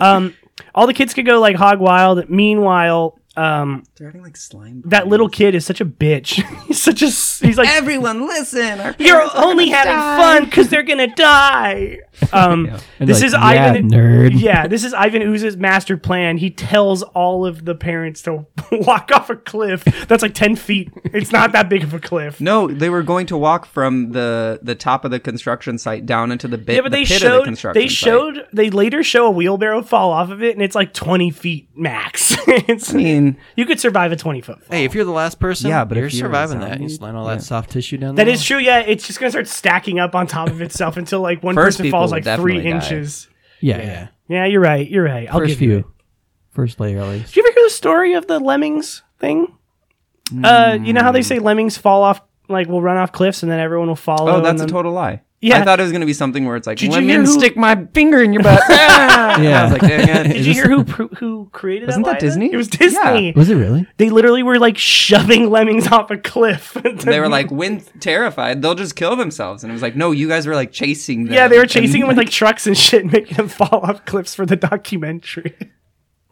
um, all the kids could go like hog wild. Meanwhile, um,
They're acting like slime.
that little kid is such a bitch. he's such a. s- He's like,
Everyone, listen. Our
you're
parents are
only
gonna
having
die."
fun because they're gonna die. Um,
And
This
like,
is
yeah,
Ivan-
Nerd.
yeah, this is Ivan Ooze's master plan. He tells all of the parents to walk off a cliff. That's like 10 feet. It's not that big of a cliff.
No, they were going to walk from the the top of the construction site down into the bit.
Yeah, but
the
they
pit of the
showed
construction
they showed they later show a wheelbarrow fall off of it and it's like 20 feet max. it's,
Site. I mean,
you could survive a 20 foot fall.
Hey, if you're the last person,
Yeah, but
you're
if you're a
surviving that.
zombie,
You slam all that soft tissue down there.
That is true. Yeah, it's just going to start stacking up on top of itself until like one
First
person falls
people
like
would
3
definitely die.
inches.
Yeah, yeah.
Yeah, you're right. You're right. I'll
First
give you.
few.
it.
First layer, at least.
Did you ever hear the story of the lemmings thing? Uh, you know how
Hmm.
they say lemmings fall off, like will run off cliffs, and then everyone will follow.
oh,
and
that's a
then-
total lie.
Yeah.
I thought it was gonna be something where it's like,
Did you
let me
hear who-
stick my finger in your butt. yeah, I
Yeah.
was like, dang
Did
it.
you hear who pr- who created
Wasn't
that?
that
lie?
Disney?
It was Disney.
Was it really?
They literally were like shoving lemmings off a cliff.
They were like, when terrified, they'll just kill themselves. And it was like, no, you guys were like chasing them.
yeah, they were
And-
chasing them with like trucks and shit, and making them fall off cliffs for the documentary.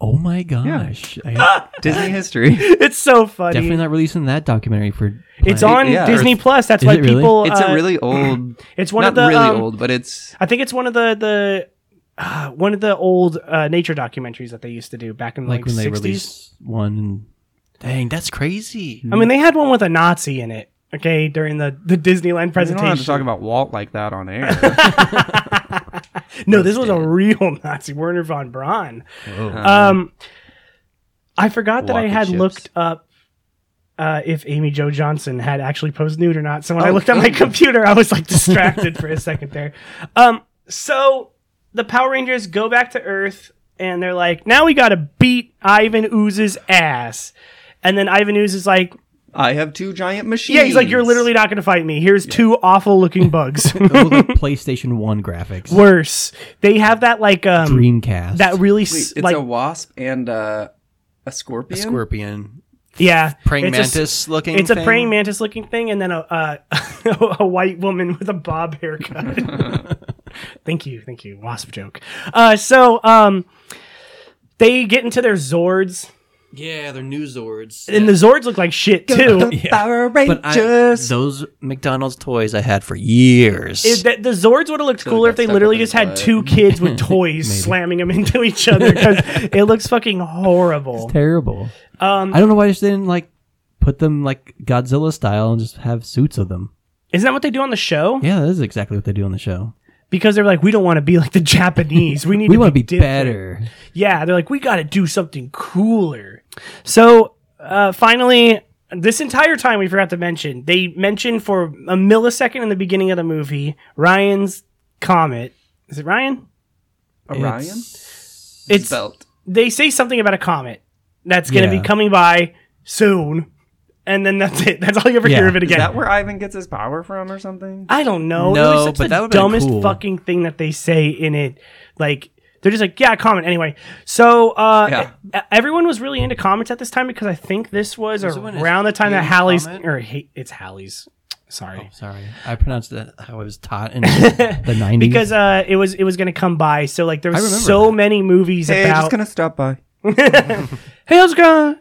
Oh my gosh. I,
Disney history.
it's so funny.
definitely not releasing that documentary for.
It's
Planet.
on
yeah,
Disney
it's-
Plus. That's
is
why
it really?
people.
It's
uh,
a really old.
It's one
not
of the
really
um,
old, but it's
I think it's one of the the uh, one of the old uh, nature documentaries that they used to do back in the, like
like when they
60s.
release one. and- Dang, that's crazy.
I mean, they had one with a Nazi in it. Okay, during the the Disneyland
you don't have to
presentation.
talk about Walt like that on air.
no, this was a real Nazi, Werner von Braun. Um,
Uh-huh.
I forgot that I
Oh. Walking
had
ships.
looked up. Uh, if Amy Jo Johnson had actually posed nude or not. So when I
Oh,
looked at my
ooh.
computer, I was like distracted for a second there. Um, so the Power Rangers go back to Earth and they're like, now we gotta beat Ivan Ooze's ass. And then Ivan Ooze is like,
I have two giant machines.
yeah, he's like, you're literally not gonna fight me. Here's two awful looking bugs.
Those look like PlayStation 1 graphics.
Worse. They have that like um
Dreamcast.
that really s-
Wait, it's
like
a wasp and uh, a scorpion.
scorpion.
yeah
Praying
It's a s-
mantis looking
It's a
thing?
praying mantis looking thing, and then a uh, a white woman with a bob haircut. thank you, thank you. Wasp joke. Uh, so um, they get into their Zords,
Yeah, they're new Zords.
and the Zords look like shit too.
Power
But I,
Rangers.
those McDonald's toys I had for years.
Is that the Zords would have looked cooler if they literally just had two kids with toys slamming them into each other because it looks fucking horrible.
Terrible. Um, I don't know why they just didn't like put them like Godzilla style and just have suits of them.
Isn't that what they do on the show?
yeah, that is exactly what they do on the show.
Because they're like, we don't want to be like the Japanese. We need
We
to
want to
be,
be
different."
better.
Yeah, they're like, we got to do something cooler. So uh, finally, this entire time we forgot to mention, they mentioned for a millisecond in the beginning of the movie Ryan's comet. Is it Ryan?
Orion?
It's
Spelt.
they say something about a comet that's going to
Yeah.
be coming by soon, and then that's it. That's all you ever hear
Yeah.
of it
Is
again.
that where Ivan gets his power from or something?
I don't know.
No,
it was such
but
the
that would've been
dumbest
cool.
fucking thing that they say in it. Like they're just like, yeah, comment anyway. So uh,
Yeah.
e- everyone was really into comments at this time because I think this was
it when it's
around the time that
in
Hallie's
comment? Oh.
or he, it's Hallie's. Sorry.
Sorry, I pronounced that how I was taught in the nineties.
Because uh, it was it was gonna come by, so like there
I
was
remember
so
that.
many movies
Hey,
about.
just gonna stop by.
Hey, how's it going?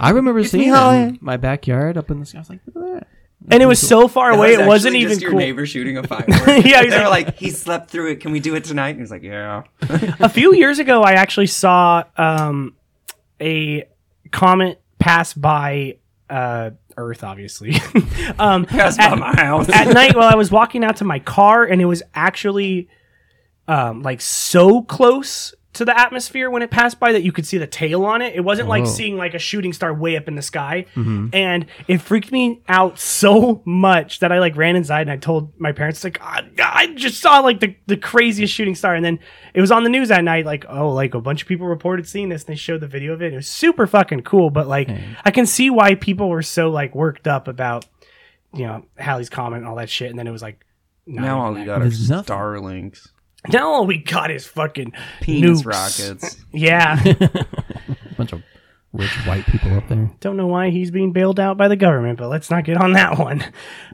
I remember seeing
me
them
high.
in my backyard up in the sky. I was like, look at that.
And it was so far away, it wasn't even cool.
shooting a fire.
Yeah, he's
they were
like-
like, he slept through it. Can we do it tonight? And he's like, yeah.
a few years ago, I actually saw um, a comet pass by uh, Earth, obviously. um,
That's by my house.
at night while I was walking out to my car, and it was actually um, like so close to the atmosphere when it passed by that you could see the tail on it. It wasn't like seeing like a shooting star way up in the sky, and it freaked me out so much that I like ran inside and I told my parents like I, I just saw like the the craziest shooting star, and then it was on the news that night like oh like a bunch of people reported seeing this and they showed the video of it. It was super fucking cool, but like I can see why people were so like worked up about you know Hallie's comment and all that shit, and then it was like. no,
now all we got are
There's nothing.
Starlinks,
now all we got is fucking
penis
nukes.
rockets.
Yeah.
A bunch of rich white people up there.
Don't know why he's being bailed out by the government, but let's not get on that one.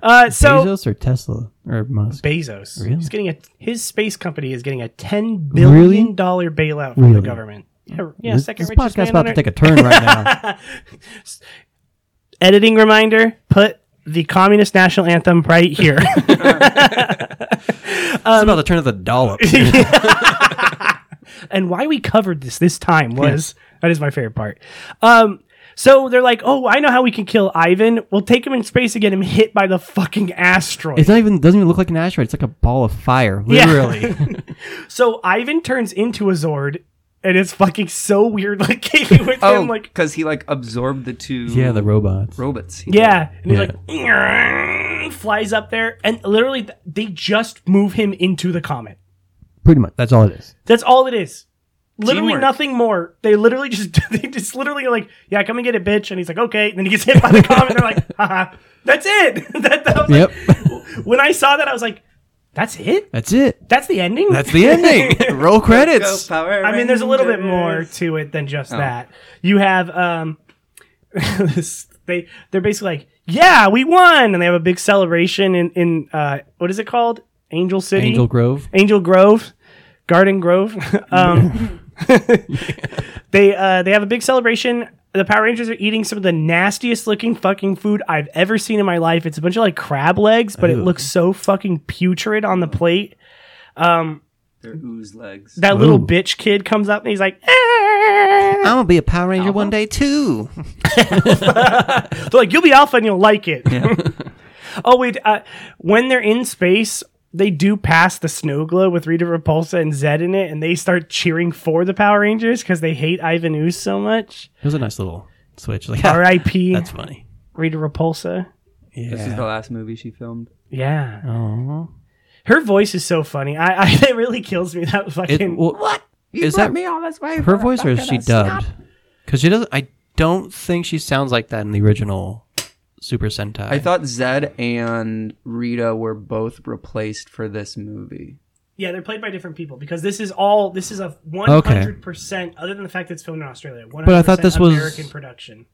Uh, so
Bezos or Tesla or Musk.
Bezos,
Really?
he's getting a his space company is getting a ten billion dollar bailout from the
Really?
government. Yeah, yeah,
this
second
this
richest
podcast's
man
about
on
to
Earth.
take a turn right now.
Editing reminder: put the communist national anthem right here.
it's about the turn of the dollop.
and why we covered this this time was that is my favorite part. Um, so they're like, "Oh, I know how we can kill Ivan. We'll take him in space and get him hit by the fucking asteroid."
It's not even doesn't even look like an asteroid. It's like a ball of fire.
Yeah.
Literally.
So Ivan turns into a Zord, and it's fucking so weird. Like Katie with
Oh,
him, like
because he like absorbed the two.
yeah, the robots.
robots. he
yeah, and he's like flies up there, and literally th- they just move him into the comet.
Pretty much. That's all it is.
That's all it is. Literally
Teamwork.
nothing more. They literally just they just literally like yeah, come and get it, bitch. And he's like okay, and then he gets hit by the comet. And they're like, haha, that's it. that, that was
Yep.
like, when I saw that, I was like, that's it.
That's it.
That's the ending.
That's the ending.
did. Go
Roll credits.
Power
I mean, there's a little bit
Rangers.
more to it than
Oh.
just that. You have um, this- they they're basically like, yeah, we won, and they have a big celebration in in uh, what is it called? Angel City,
Angel Grove.
Angel Grove, Garden Grove. um, They uh, they have a big celebration. The Power Rangers are eating some of the nastiest looking fucking food I've ever seen in my life. It's a bunch of like crab legs, but it looks so fucking putrid on the plate.
They're ooze legs.
That little bitch kid comes up and he's like, "Ah."
I'm gonna be a Power Ranger one day too.
They're like, you'll be alpha and you'll like it. oh, wait. Uh, when they're in space, they do pass the snow globe with Rita Repulsa and Zed in it, and they start cheering for the Power Rangers because they hate Ivan Ooze so much.
It was a nice little switch. Like,
R.I.P.
That's funny.
Rita Repulsa.
This is the last movie she filmed.
Yeah. Her voice is so funny. I, I It really kills me that
It,
fucking.
well, what is that? Me all this way her voice, or is she dubbed? Because she doesn't. I don't think she sounds like that in the original Super Sentai.
I thought Zed and Rita were both replaced for this movie.
yeah, they're played by different people because this is all. This is a 100%,
100%
other than the fact that it's filmed in Australia, 100%
I thought this was-
American production.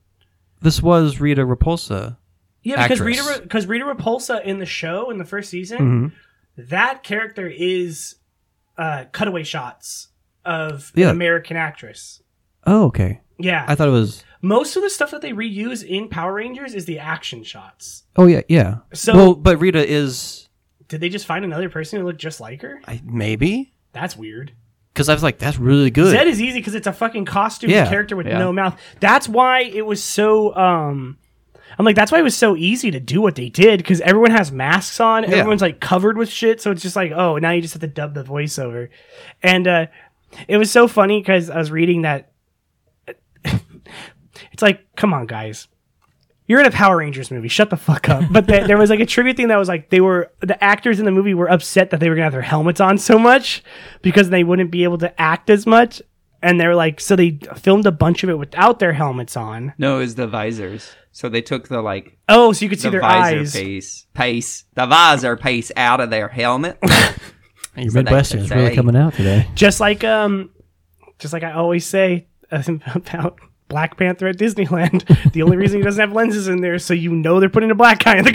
this was Rita Repulsa.
Yeah, because
actress.
Rita because Rita Repulsa in the show in the first season
Mm-hmm.
that character is uh, cutaway shots of
Yeah.
an American actress.
Oh, okay.
Yeah,
I thought it was.
most of the stuff that they reuse in Power Rangers is the action shots.
Oh yeah, yeah.
So-
well, but Rita is
Did they just find another person who looked just like her?
I, maybe
That's weird.
because I was like, that's really good.
Zed is easy because it's a fucking costume
Yeah,
character with
yeah.
no mouth. That's why it was so. um I'm like, that's why it was so easy to do what they did because everyone has masks on. Everyone's like covered with shit, so it's just like, oh, now you just have to dub the voiceover, and uh it was so funny because I was reading that. it's like, come on, guys. You're in a Power Rangers movie. Shut the fuck up. But the, there was like a tribute thing that was like they were the actors in the movie were upset that they were gonna have their helmets on so much because they wouldn't be able to act as much, and they were like so they filmed a bunch of it without their helmets on.
No, is the visors. So they took the like
Oh, so you could see their
the visor
eyes.
piece, piece, the visor piece out of their helmet.
Your
So they
Midwestern is
could
really
say-
coming out today.
Just like um, just like I always say uh, about. Black Panther at Disneyland. The only reason he doesn't have lenses in there is so you know they're putting a black guy in the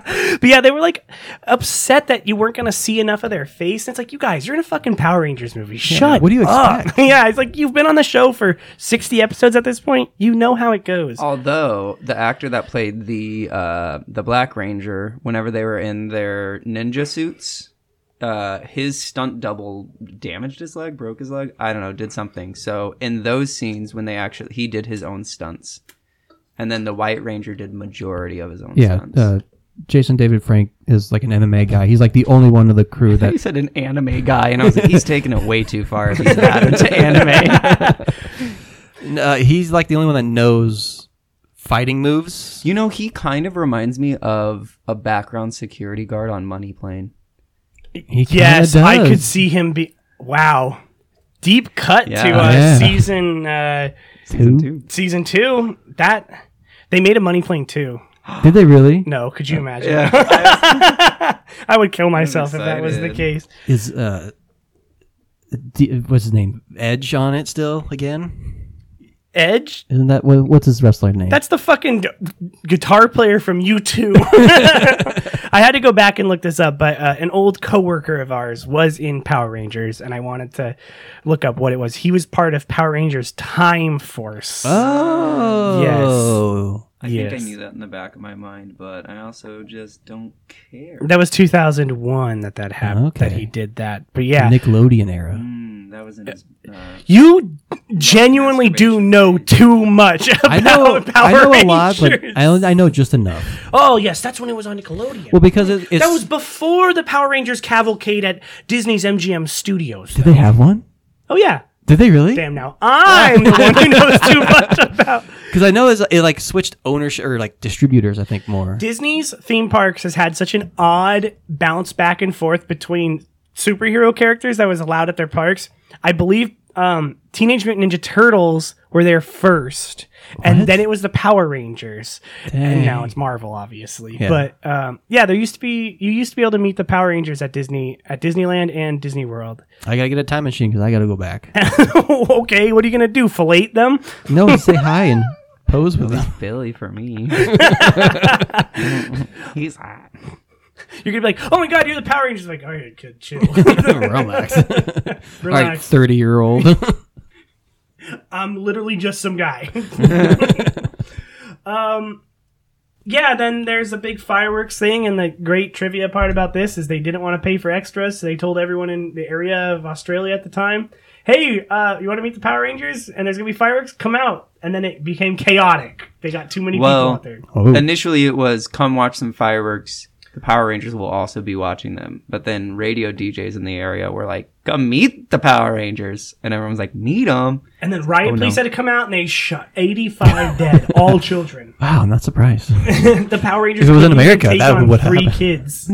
costume. But yeah, they were like upset that you weren't gonna see enough of their face. And it's like, you guys, you're in a fucking Power Rangers movie. Shut.
what do you
up.
expect?
yeah, it's like you've been on the show for sixty episodes at this point. You know how it goes.
Oh,
Although the actor that played the uh, the Black Ranger, whenever they were in their ninja suits, uh, his stunt double damaged his leg, broke his leg. I don't know, did something. So in those scenes, when they actually he did his own stunts, and then the White Ranger did majority of his own
Yeah,
stunts.
uh, Jason David Frank is like an MMA guy. He's like the only one of the crew that
he said an anime guy, and I was like, he's taking it way too far. If he's that into anime,
uh, he's like the only one that knows fighting moves.
you know, he kind of reminds me of a background security guard on Money Plane.
He kinda
yes, I
does.
could see him be. Wow, deep cut to
Yeah.
uh,
Yeah.
season uh,
Season two.
season two. That they made a money plane too.
Did they really?
No, could you imagine? I would kill myself if that was the
excited.
case.
Is uh, D- what's his name? Edge on it still again?
Edge.
Isn't that what, what's his wrestler name?
That's the fucking gu- guitar player from U2. I had to go back and look this up, but uh, an old coworker of ours was in Power Rangers, and I wanted to look up what it was. He was part of Power Rangers Time Force.
oh,
I
Yes.
think I knew that in the back of my mind, but I also just don't care.
That was 2001 that that happened, that
Okay.
he did that. But yeah,
Nickelodeon era.
Mm, that was in his. Uh,
you genuinely do know too much about
I know,
Power
I know
Rangers.
a lot, but I, only- I know just enough.
oh, yes, that's when it was on Nickelodeon.
Well, because it, it's
that was before the Power Rangers cavalcade at Disney's MGM Studios.
did they have one?
Oh yeah.
Did they really?
Damn now. I'm the one who knows too much about
Because I know it's, it like switched ownership or like distributors. I think more.
Disney's theme parks has had such an odd bounce back and forth between superhero characters that was allowed at their parks. I believe um, Teenage Mutant Ninja Turtles were there first, and then it was the Power Rangers, and now it's Marvel, obviously. But um, yeah, there used to be you used to be able to meet the Power Rangers at Disney at Disneyland and Disney World. Oh,
I gotta get a time machine because I gotta go back.
okay, what are you gonna do? Fillet them?
no, just say hi and pose with them.
Billy for me. He's hot.
You're gonna be like, oh my god, you're the Power Rangers. Like, all right, kid, chill,
Relax. All right,
relax.
thirty year old.
I'm literally just some guy. um, yeah, then there's a big fireworks thing, and the great trivia part about this is they didn't want to pay for extras, so they told everyone in the area of Australia at the time, "Hey, uh, you want to meet the Power Rangers? And there's gonna be fireworks. Come out!" And then it became chaotic. They got too many people
Well,
out there.
initially it was come watch some fireworks. The Power Rangers will also be watching them. But then radio DJs in the area were like, come meet the Power Rangers. And everyone's like, meet them.
And then riot
oh, no.
police had to come out, and they shot 85 dead, all children.
wow, I'm not surprised.
the Power Rangers.
If it was in
couldn't
America,
take
that
on
would
three
happen.
kids.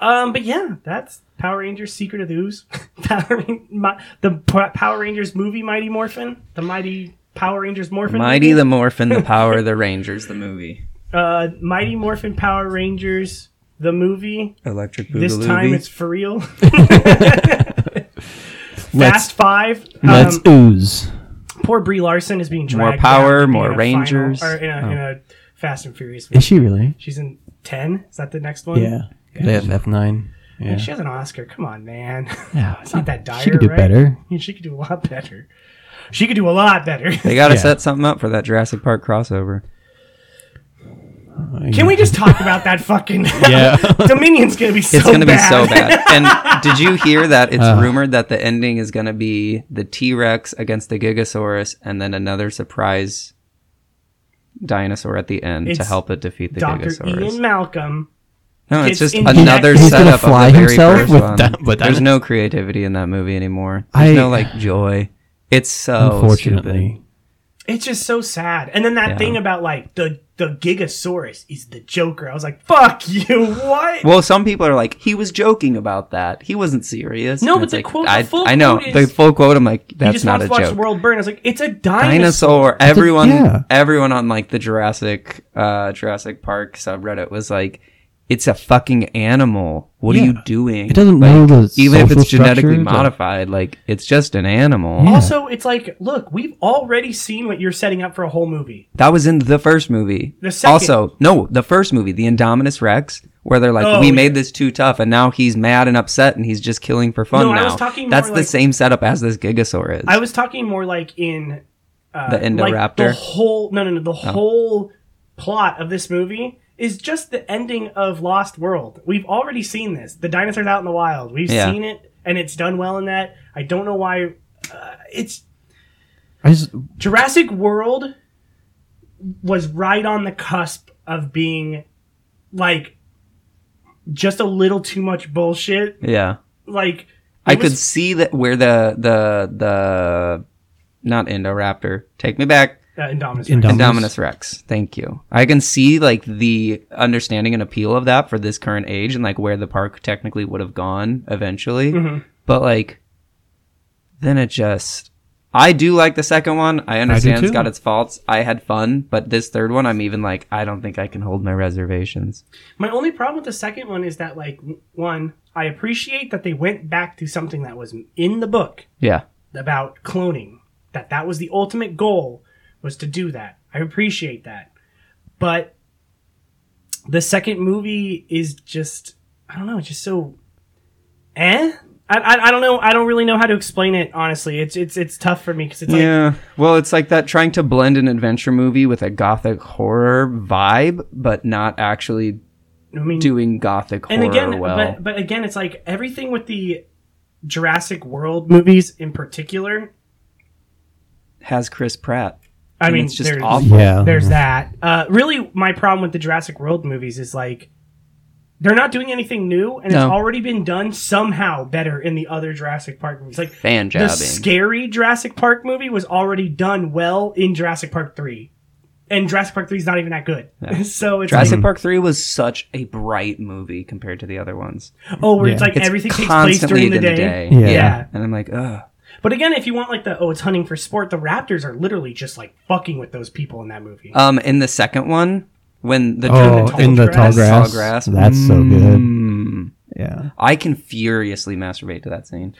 um, but yeah, that's Power Rangers: Secret of the Ooze, Power Ran- Mi- the P- Power Rangers movie, Mighty Morphin, the Mighty Power Rangers Morphin,
Mighty the Morphin, the Power, the Rangers, the movie.
uh, Mighty Morphin Power Rangers, the movie.
Electric Boogaloo.
This time it's for real. Fast
Let's-
Five.
Let's
Um,
ooze.
poor Brie Larson is being dragged
power,
down to be
more
in a final-
Rangers.
or in a, in a Fast and Furious.
Oh. Is she really?
She's in ten. Is that the next one?
Yeah. They have F nine. Yeah.
She has an Oscar. Come on, man.
Yeah,
it's not that dire.
she could do
right?
better.
Yeah, She could do a lot better. She could do a lot better.
They got to
Yeah.
set something up for that Jurassic Park crossover.
Can we just talk about that fucking
Yeah.
Dominion's gonna be so
It's gonna
bad.
be so bad. And did you hear that it's
Uh-huh.
rumored that the ending is gonna be the T Rex against the Gigasaurus, and then another surprise dinosaur at the end to
It's
help it defeat the
Dr.
Gigasaurus?
Ian Malcolm.
no,
gets
it's just
injected-
another
He's
gonna
setup
fly
of the very
himself
first
with
one.
di- with
There's
dino-
no creativity in that movie anymore. There's
I-
no like joy. It's so
Unfortunately,
It's just so sad. And then that
Yeah.
thing about like the the Gigasaurus is the Joker. I was like, fuck you. What?
stupid. Well, some people are like, he was joking about that. He wasn't serious.
No,
And
but
it's
the
like,
quote- the
I,
full
I know
quote
the
is-
full quote. I'm like,
you
that's
just
not
want
a
to watch
joke.
the world burn. I was like, it's a dinosaur.
dinosaur. Everyone,
yeah.
everyone on like the Jurassic, uh, Jurassic Park subreddit was like, "It's a fucking animal. What are you
Yeah.
doing?
It doesn't
like,
know the
even if
social
it's genetically
structure, the-
modified. Like, it's just an animal.
Also, it's like, look, we've already seen what you're setting up for a whole movie.
That was in the first movie.
The second-
Also, no, the first movie, the Indominus Rex, where they're like,
Oh,
"We
yeah.
made this too tough, and now he's mad and upset, and he's just killing for fun."
No,
now
I was talking more
that's the
like-
same setup as this Gigasaur is.
I was talking more like in uh,
the Oh.
like the
Indoraptor.
whole no no no the whole plot of this movie is just the ending of Lost World. We've already seen this. The dinosaurs out in the wild. We've
Yeah.
seen it, and it's done well in that. I don't know why. Uh, it's
I just
Jurassic World was right on the cusp of being like just a little too much bullshit.
yeah.
Like
I
it was
could see that where the the the not Indoraptor. Take me back.
uh, Indominus.
Indom-
Rex.
Indominus Rex. Thank you. I can see like the understanding and appeal of that for this current age and like where the park technically would have gone eventually. But like then it just I do like the second one. I understand it's
too.
got its faults. I had fun, but this third one I'm even like I don't think I can hold my reservations.
My only problem with the second one is that, like, w- one, I appreciate that they went back to something that was in the book
Yeah.
about cloning. That that was the ultimate goal was to do that. I appreciate that, but the second movie is just I don't know, it's just so eh. I, I, I don't know. I don't really know how to explain it. Honestly, it's it's it's tough for me because it's like
yeah. Well, it's like that trying to blend an adventure movie with a gothic horror vibe, but not actually
I mean,
doing gothic horror
and again,
well.
but but again, it's like everything with the Jurassic World movies in particular.
Has Chris Pratt.
I
And
mean,
it's just
there's,
awful.
yeah.
there's that. Uh, really, my problem with the Jurassic World movies is like they're not doing anything new, and
No.
it's already been done somehow better in the other Jurassic Park movies. Like
Fan
the
jabbing.
scary Jurassic Park movie was already done well in Jurassic Park Three, and Jurassic Park Three is not even that good. so it's
Jurassic Park 3 was such a bright movie compared to the other ones.
like, oh, where it's like
It's
everything takes place
constantly
during the day.
Yeah.
Yeah.
And I'm like, ugh.
But again, if you want like the oh, it's hunting for sport, the Raptors are literally just like fucking with those people in that movie.
Um, in the second one, when the
oh,
tall
in the tall
grass.
grass.
Tall grass.
That's so good.
Mm,
Yeah.
I can furiously masturbate to that scene.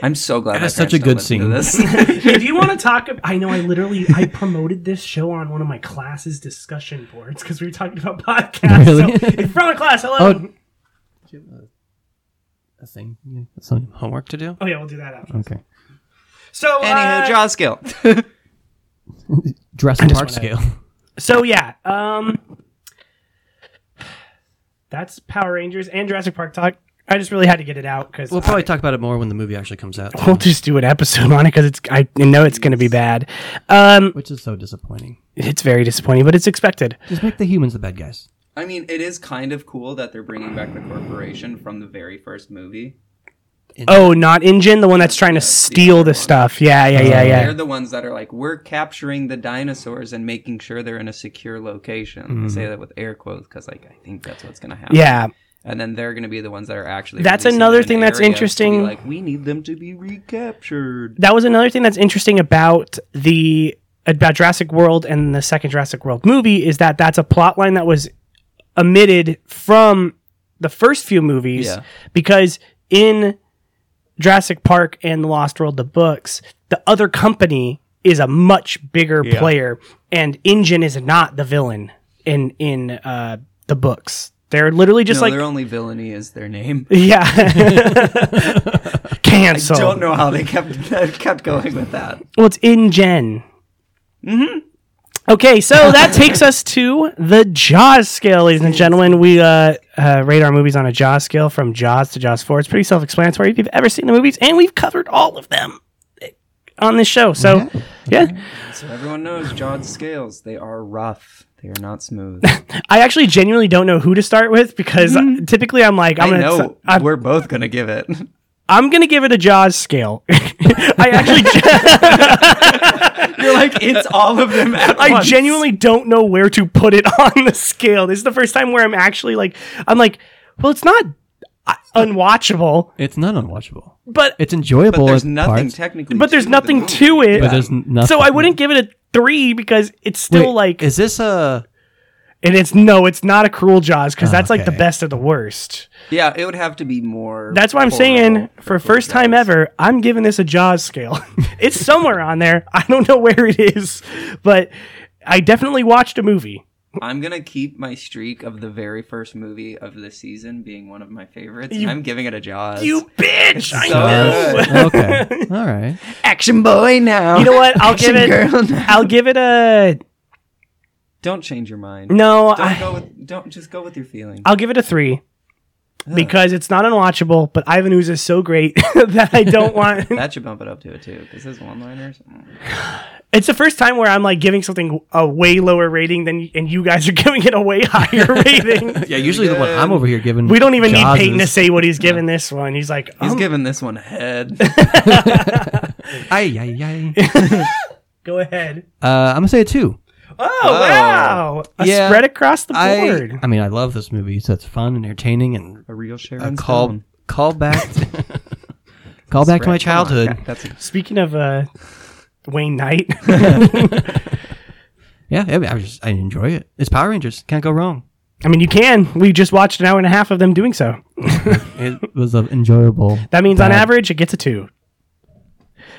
I'm so glad. my
That's such
parents
a good
don't listen to this.
Hey, do you want to talk? About, I know. I literally I promoted this show on one of my classes discussion boards because we were talking about podcasts.
Really?
So in front of class, hello.
Oh.
Oh,
A thing. Some homework to do.
Oh, yeah, we'll do that after.
Okay.
So,
Anywho,
uh,
jaw skill.
Jurassic Park scale.
so yeah, um, that's Power Rangers and Jurassic Park talk. I just really had to get it out because
We'll probably talk about it more when the movie actually comes out,
we'll just do an episode on it because it's I know it's going to be bad. Um,
which is so disappointing.
it's very disappointing, but it's expected.
Just make the humans the bad guys.
I mean, it is kind of cool that they're bringing back the corporation from the very first movie.
Oh, not Injin, the one that's trying to steal the stuff. Yeah, yeah, yeah,
They're
yeah.
the ones that are like, we're capturing the dinosaurs and making sure they're in a secure location. I say that with air quotes because, like, I think that's what's going to happen.
Mm-hmm. Yeah.
And then they're going to be the ones that are actually.
That's
releasing
another
them in
thing
an
that's
area to be
interesting.
like, we need them to be recaptured.
That was another thing that's interesting about the about Jurassic World and the second Jurassic World movie is that that's a plot line that was omitted from the first few movies
Yeah.
because in Jurassic Park and The Lost World the books, the other company is a much bigger player and Injin is not the villain in in uh the books. They're literally just
no,
like
their only villainy is their name.
yeah. Cancel.
Don't know how they kept kept going with that.
Well, it's in Gen. Mm-hmm. Okay, so that takes us to the Jaws scale, ladies and gentlemen. We uh, uh, rate our movies on a Jaws scale from Jaws to Jaws 4. It's pretty self explanatory if you've ever seen the movies, and we've covered all of them on this show. So, yeah.
So everyone knows Jaws scales. They are rough. They are not smooth.
I actually genuinely don't know who to start with because typically I'm like, I'm
I
going to.
know we're both gonna give it.
I'm gonna give it a Jaws scale. I actually, ge-
You're like it's all of them. At
I
once.
genuinely don't know where to put it on the scale. This is the first time where I'm actually like, I'm like, well, it's not uh, unwatchable,
It's not unwatchable.
but
It's
But
enjoyable.
there's
in
nothing
parts,
technically.
but there's
the
nothing
movie.
to it.
but there's nothing.
so I wouldn't give it a three because it's still
Wait,
like,
Is this a?
and it's no, it's not a cruel Jaws because that's like the
Okay.
best of the worst.
Yeah, it would have to be more.
That's why I'm
horrible
saying for
Poor
first time
Jaws.
ever, I'm giving this a Jaws scale. it's somewhere on there. I don't know where it is, but I definitely watched a movie.
I'm gonna keep my streak of the very first movie of this season being one of my favorites. and I'm giving it a Jaws.
You bitch! I
So
know.
good.
Oh,
Okay. All right.
action boy now.
You know what? I'll
Action
give it.
girl now.
I'll give it a
Don't change your mind.
no.
Don't
I,
go with. Don't just go with your feelings.
I'll give it a three because it's not unwatchable. But Ivan Ooze is so great that I don't want.
that should bump it up to a two because his one-liners. mm.
Um, It's the first time where I'm like giving something a way lower rating than, and you guys are giving it a way higher rating.
Yeah. Usually the one I'm over here giving.
We don't even need
Jaws
Peyton to
is-
say what he's given this one. He's like,
He's
um,
giving this one a head.
Ay, ay, ay.
go ahead.
Uh, I'm gonna say a two.
Oh, wow! A
Yeah.
spread across the
I,
board.
I mean, I love this movie. So it's fun, entertaining, and
a real Sharon
a call,
Stone.
call back, call back to my childhood.
That's a,
Speaking of uh, Wayne Knight,
Yeah, I, mean, I was just I enjoy it. It's Power Rangers. Can't go wrong.
I mean, you can. We just watched an hour and a half of them doing so.
It was an enjoyable.
That means on
Bad.
average, it gets a two.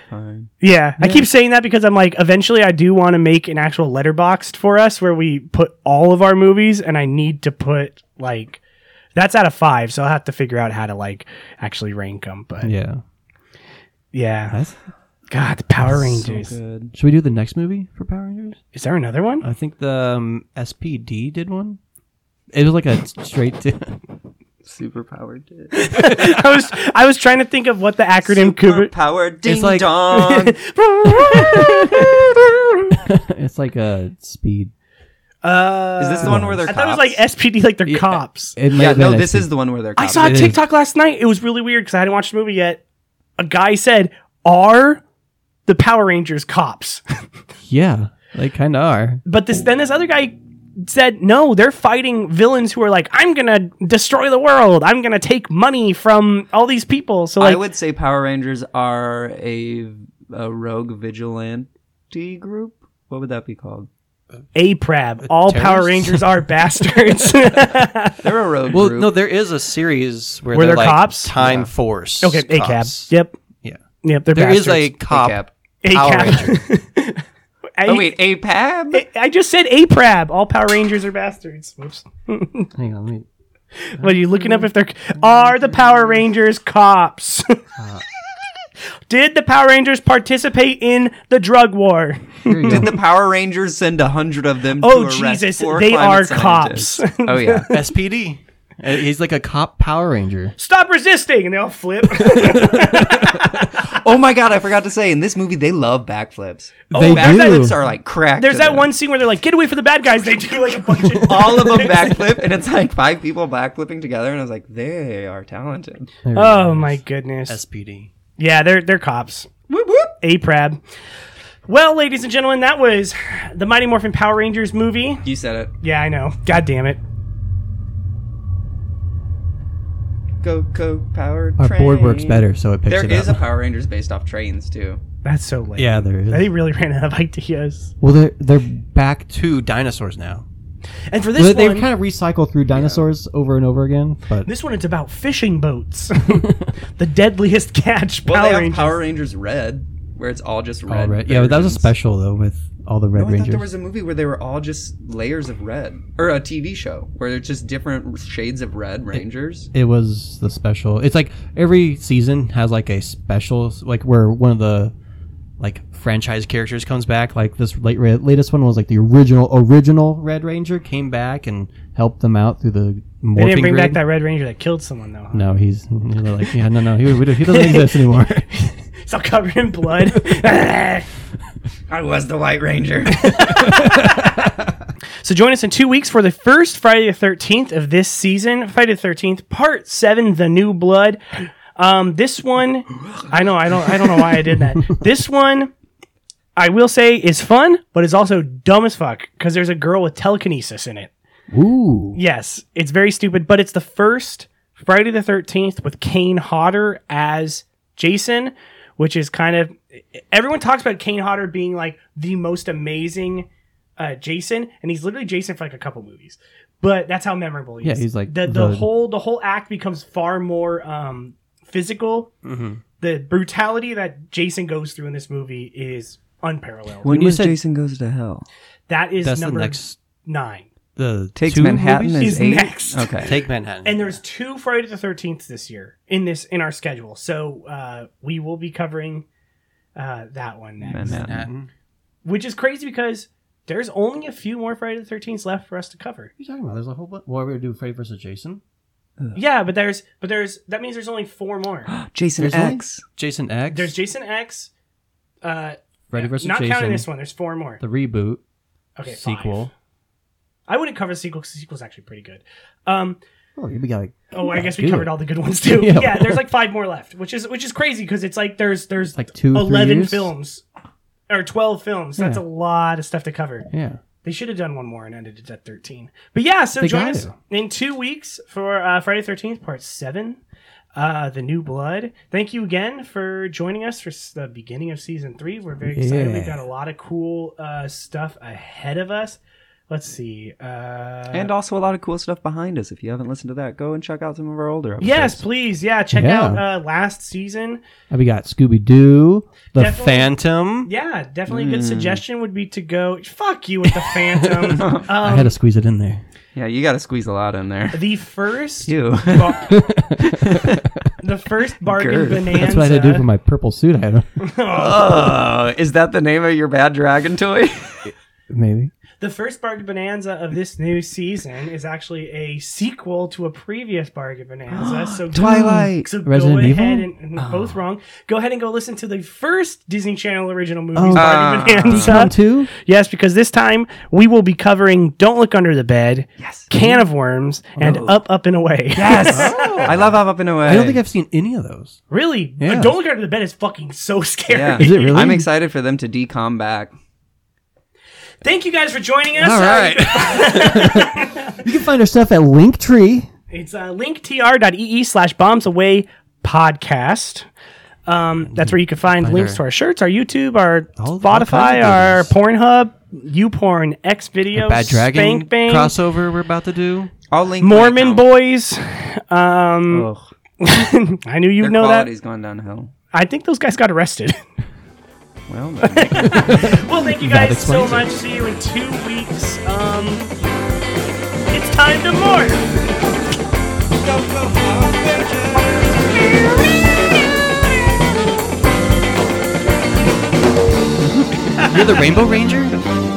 fine.
Yeah, I keep saying that because I'm like, eventually, I do want to make an actual letterboxed for us where we put all of our movies, and I need to put like. That's out of five, so I'll have to figure out how to like actually rank them. But yeah,
Yeah. That's-
God, the Power Rangers.
Good.
Should we do the next movie for Power Rangers?
Is there another one?
I think the um, SPD did one. It was like a straight. To-
Superpowered. dick.
I was I was trying to think of what the acronym Kubrick.
Superpowered ding
like-
dong.
it's like a speed.
Uh,
Is this the one where they're?
I thought it was
cops?
like SPD, like they're cops.
It might
Yeah,
have been
no,
a
this
speed-
is the one where they're.
I
Cops.
saw a
it is.
TikTok last night. It was really weird because I hadn't watched the movie yet. A guy said, "Are the Power Rangers cops?"
Yeah, they kind of are.
But this then this other guy said, "No, they're fighting villains who are like, I'm gonna destroy the world. I'm gonna take money from all these people." So like,
I would say Power Rangers are a, a rogue vigilante group. What would that be called?
APRAB. All Power
terrorists?
Rangers are bastards.
They're a rogue
Well,
group.
no, there is a series where,
Where
they're,
they're
like
cops?
Time Force.
okay, ACAB.
cops.
Yep.
Yeah.
Yep. They're
There
bastards.
is a cop.
ACAP.
Power
ACAB. I,
Oh wait, APAB.
I- I just said APRAB. All Power Rangers are bastards. Whoops.
Hang on, let me.
What are you looking up if they're. Are the Power Rangers cops? Did the Power Rangers participate in the drug war?
Here you
Did
go.
the Power Rangers send a hundred of them?
Oh,
to arrest
Jesus,
four
they
climate
are
scientists?
cops.
oh yeah,
SPD. Uh, He's like a cop Power Ranger.
Stop resisting! And they all flip.
Oh my god, I forgot to say in this movie they love backflips.
They
backflips
do.
are like cracked.
There's
to
that
them.
one scene where they're like, get away from the bad guys. They do like a bunch of.
all of them backflip, and it's like five people backflipping together, and I was like, they are talented.
There we
Oh
go.
my goodness.
SPD.
Yeah, they're they're cops. Whoop whoop. APRAB. Well, ladies and gentlemen, that was the Mighty Morphin Power Rangers movie.
You said it.
Yeah, I know. God damn it.
Go go power.
Our
train.
board works better, so it picks
There
it
is a
up.
Power Rangers based off trains too.
That's so late.
yeah, there is.
They really ran out of ideas.
Well, they're they're back to dinosaurs now.
And for this
they,
one,
have kind of recycled through dinosaurs over and over again, but
this one it's about fishing boats. the deadliest catch
Well,
Power
they have
Rangers.
Power Rangers Red. where it's all just red.
All red. Yeah, but that was a
versions.
special though with all the Red
No, I thought
Rangers.
there was a movie where they were all just layers of red, or a TV show where there's just different shades of red rangers.
it was the special. It's like every season has like a special, like where one of the like franchise characters comes back. Like this late red, latest one was like the original original Red Ranger came back and helped them out through the morphing
They didn't bring back
grid.
that Red Ranger that killed someone though. huh?
No, he's they're like yeah, no, no, he, we don't- he doesn't exist anymore.
It's all covered in blood.
I was the White Ranger.
so join us in two weeks for the first Friday the Thirteenth of this season, Friday the Thirteenth Part Seven: The New Blood. Um, this one, I know, I don't, I don't know why I did that. This one, I will say, is fun, but is also dumb as fuck because there's a girl with telekinesis in it.
Ooh,
Yes, it's very stupid, but it's the first Friday the 13th with Kane Hodder as Jason, which is kind of everyone talks about Kane Hodder being like the most amazing uh, Jason, and he's literally Jason for like a couple movies. But that's how memorable he
Yeah,
is.
he's like
the, the
the-
whole the whole act becomes far more um, physical.
Mm-hmm.
The brutality that Jason goes through in this movie is unparalleled.
when
you
was
said-
Jason Goes to Hell?
that is
that's the
number
next
nine.
the
Takes
two
Manhattan
movies?
is
Is
eight.
next.
Okay.
Take Manhattan.
and there's two Friday the Thirteenth this year in this in our schedule, so uh, we will be covering uh, that one next,
Manhattan.
which is crazy because there's only a few more Friday the Thirteenth left for us to cover.
What are you talking about? There's a whole bunch. Well, we do Freddy versus Jason.
Yeah, but there's but there's that means there's only four more.
Jason
There's only-
X.
Jason X.
There's Jason X, uh,
Freddy versus
not
Jason.
counting this one. There's four more.
The reboot
Okay,
sequel.
Five. I wouldn't cover the sequel because the sequel's actually pretty good. Um,
Oh, you got like
oh, I guess we
good.
covered all the good ones too.
Yeah.
Yeah, there's like five more left, which is which is crazy because it's like there's there's
like two, three
eleven
years?
films or twelve films. That's a
Yeah.
lot of stuff to cover.
yeah.
They should have done one more and ended it at thirteen. But yeah, so
They
join
got
us
to.
in two weeks for uh, Friday Thirteenth Part Seven, uh, the New Blood. Thank you again for joining us for s- the beginning of season three. We're very excited.
Yeah.
We've got a lot of cool uh, stuff ahead of us. Let's see. Uh,
and also a lot of cool stuff behind us. If you haven't listened to that, go and check out some of our older episodes.
yes, please. Yeah, check
Yeah.
out uh, last season.
And we got Scooby Doo, the
Definitely-
Phantom.
Yeah, definitely
Hmm.
a good suggestion would be to go fuck you with the Phantom. um,
I had to squeeze it in there.
Yeah, you got to squeeze a lot in there.
the first
Ew.
bar- the first bargain
Girth. That's
bonanza.
That's what I had to do for my purple suit item.
oh, is that the name of your bad dragon toy?
Maybe.
the first bargain bonanza of this new season is actually a sequel to a previous bargain bonanza. So go-
Twilight. Ah.
So
Resident
go
Evil?
ahead and, and both wrong. Go ahead and go listen to the first Disney Channel original movies
Oh.
bargain
Ah.
bonanza.
Come to
Yes, because this time we will be covering Don't Look Under the Bed,
Yes. Oh,
Can of Worms, and Up, Up, and Away.
Yes. I love Up Up and Away.
I don't think I've seen any of those.
really?
Yeah.
Don't Look Under the Bed is fucking so scary.
Yeah.
Is it really?
I'm excited for them to decom back.
Thank you guys for joining us. Uh,
All right.
You can find our stuff at Linktree.
It's uh, linktr.ee slash bombs away podcast. Um, that's where you can find, links
our-
to our shirts, our YouTube, our
All- all
Spotify,
kinds of
our
goodies.
Pornhub, YouPorn, X Videos,
Bad Dragon
Spank Bang,
crossover we're about to do.
I'll link my
Mormon
account.
Boys. Um,
Ugh,
I knew you'd
their
know that.
quality's gone downhill.
I think those guys got arrested.
Well, then.
well, thank you
That
guys so
explains it.
much. See you in two weeks. Um, it's time to morph.
You're the Rainbow Ranger?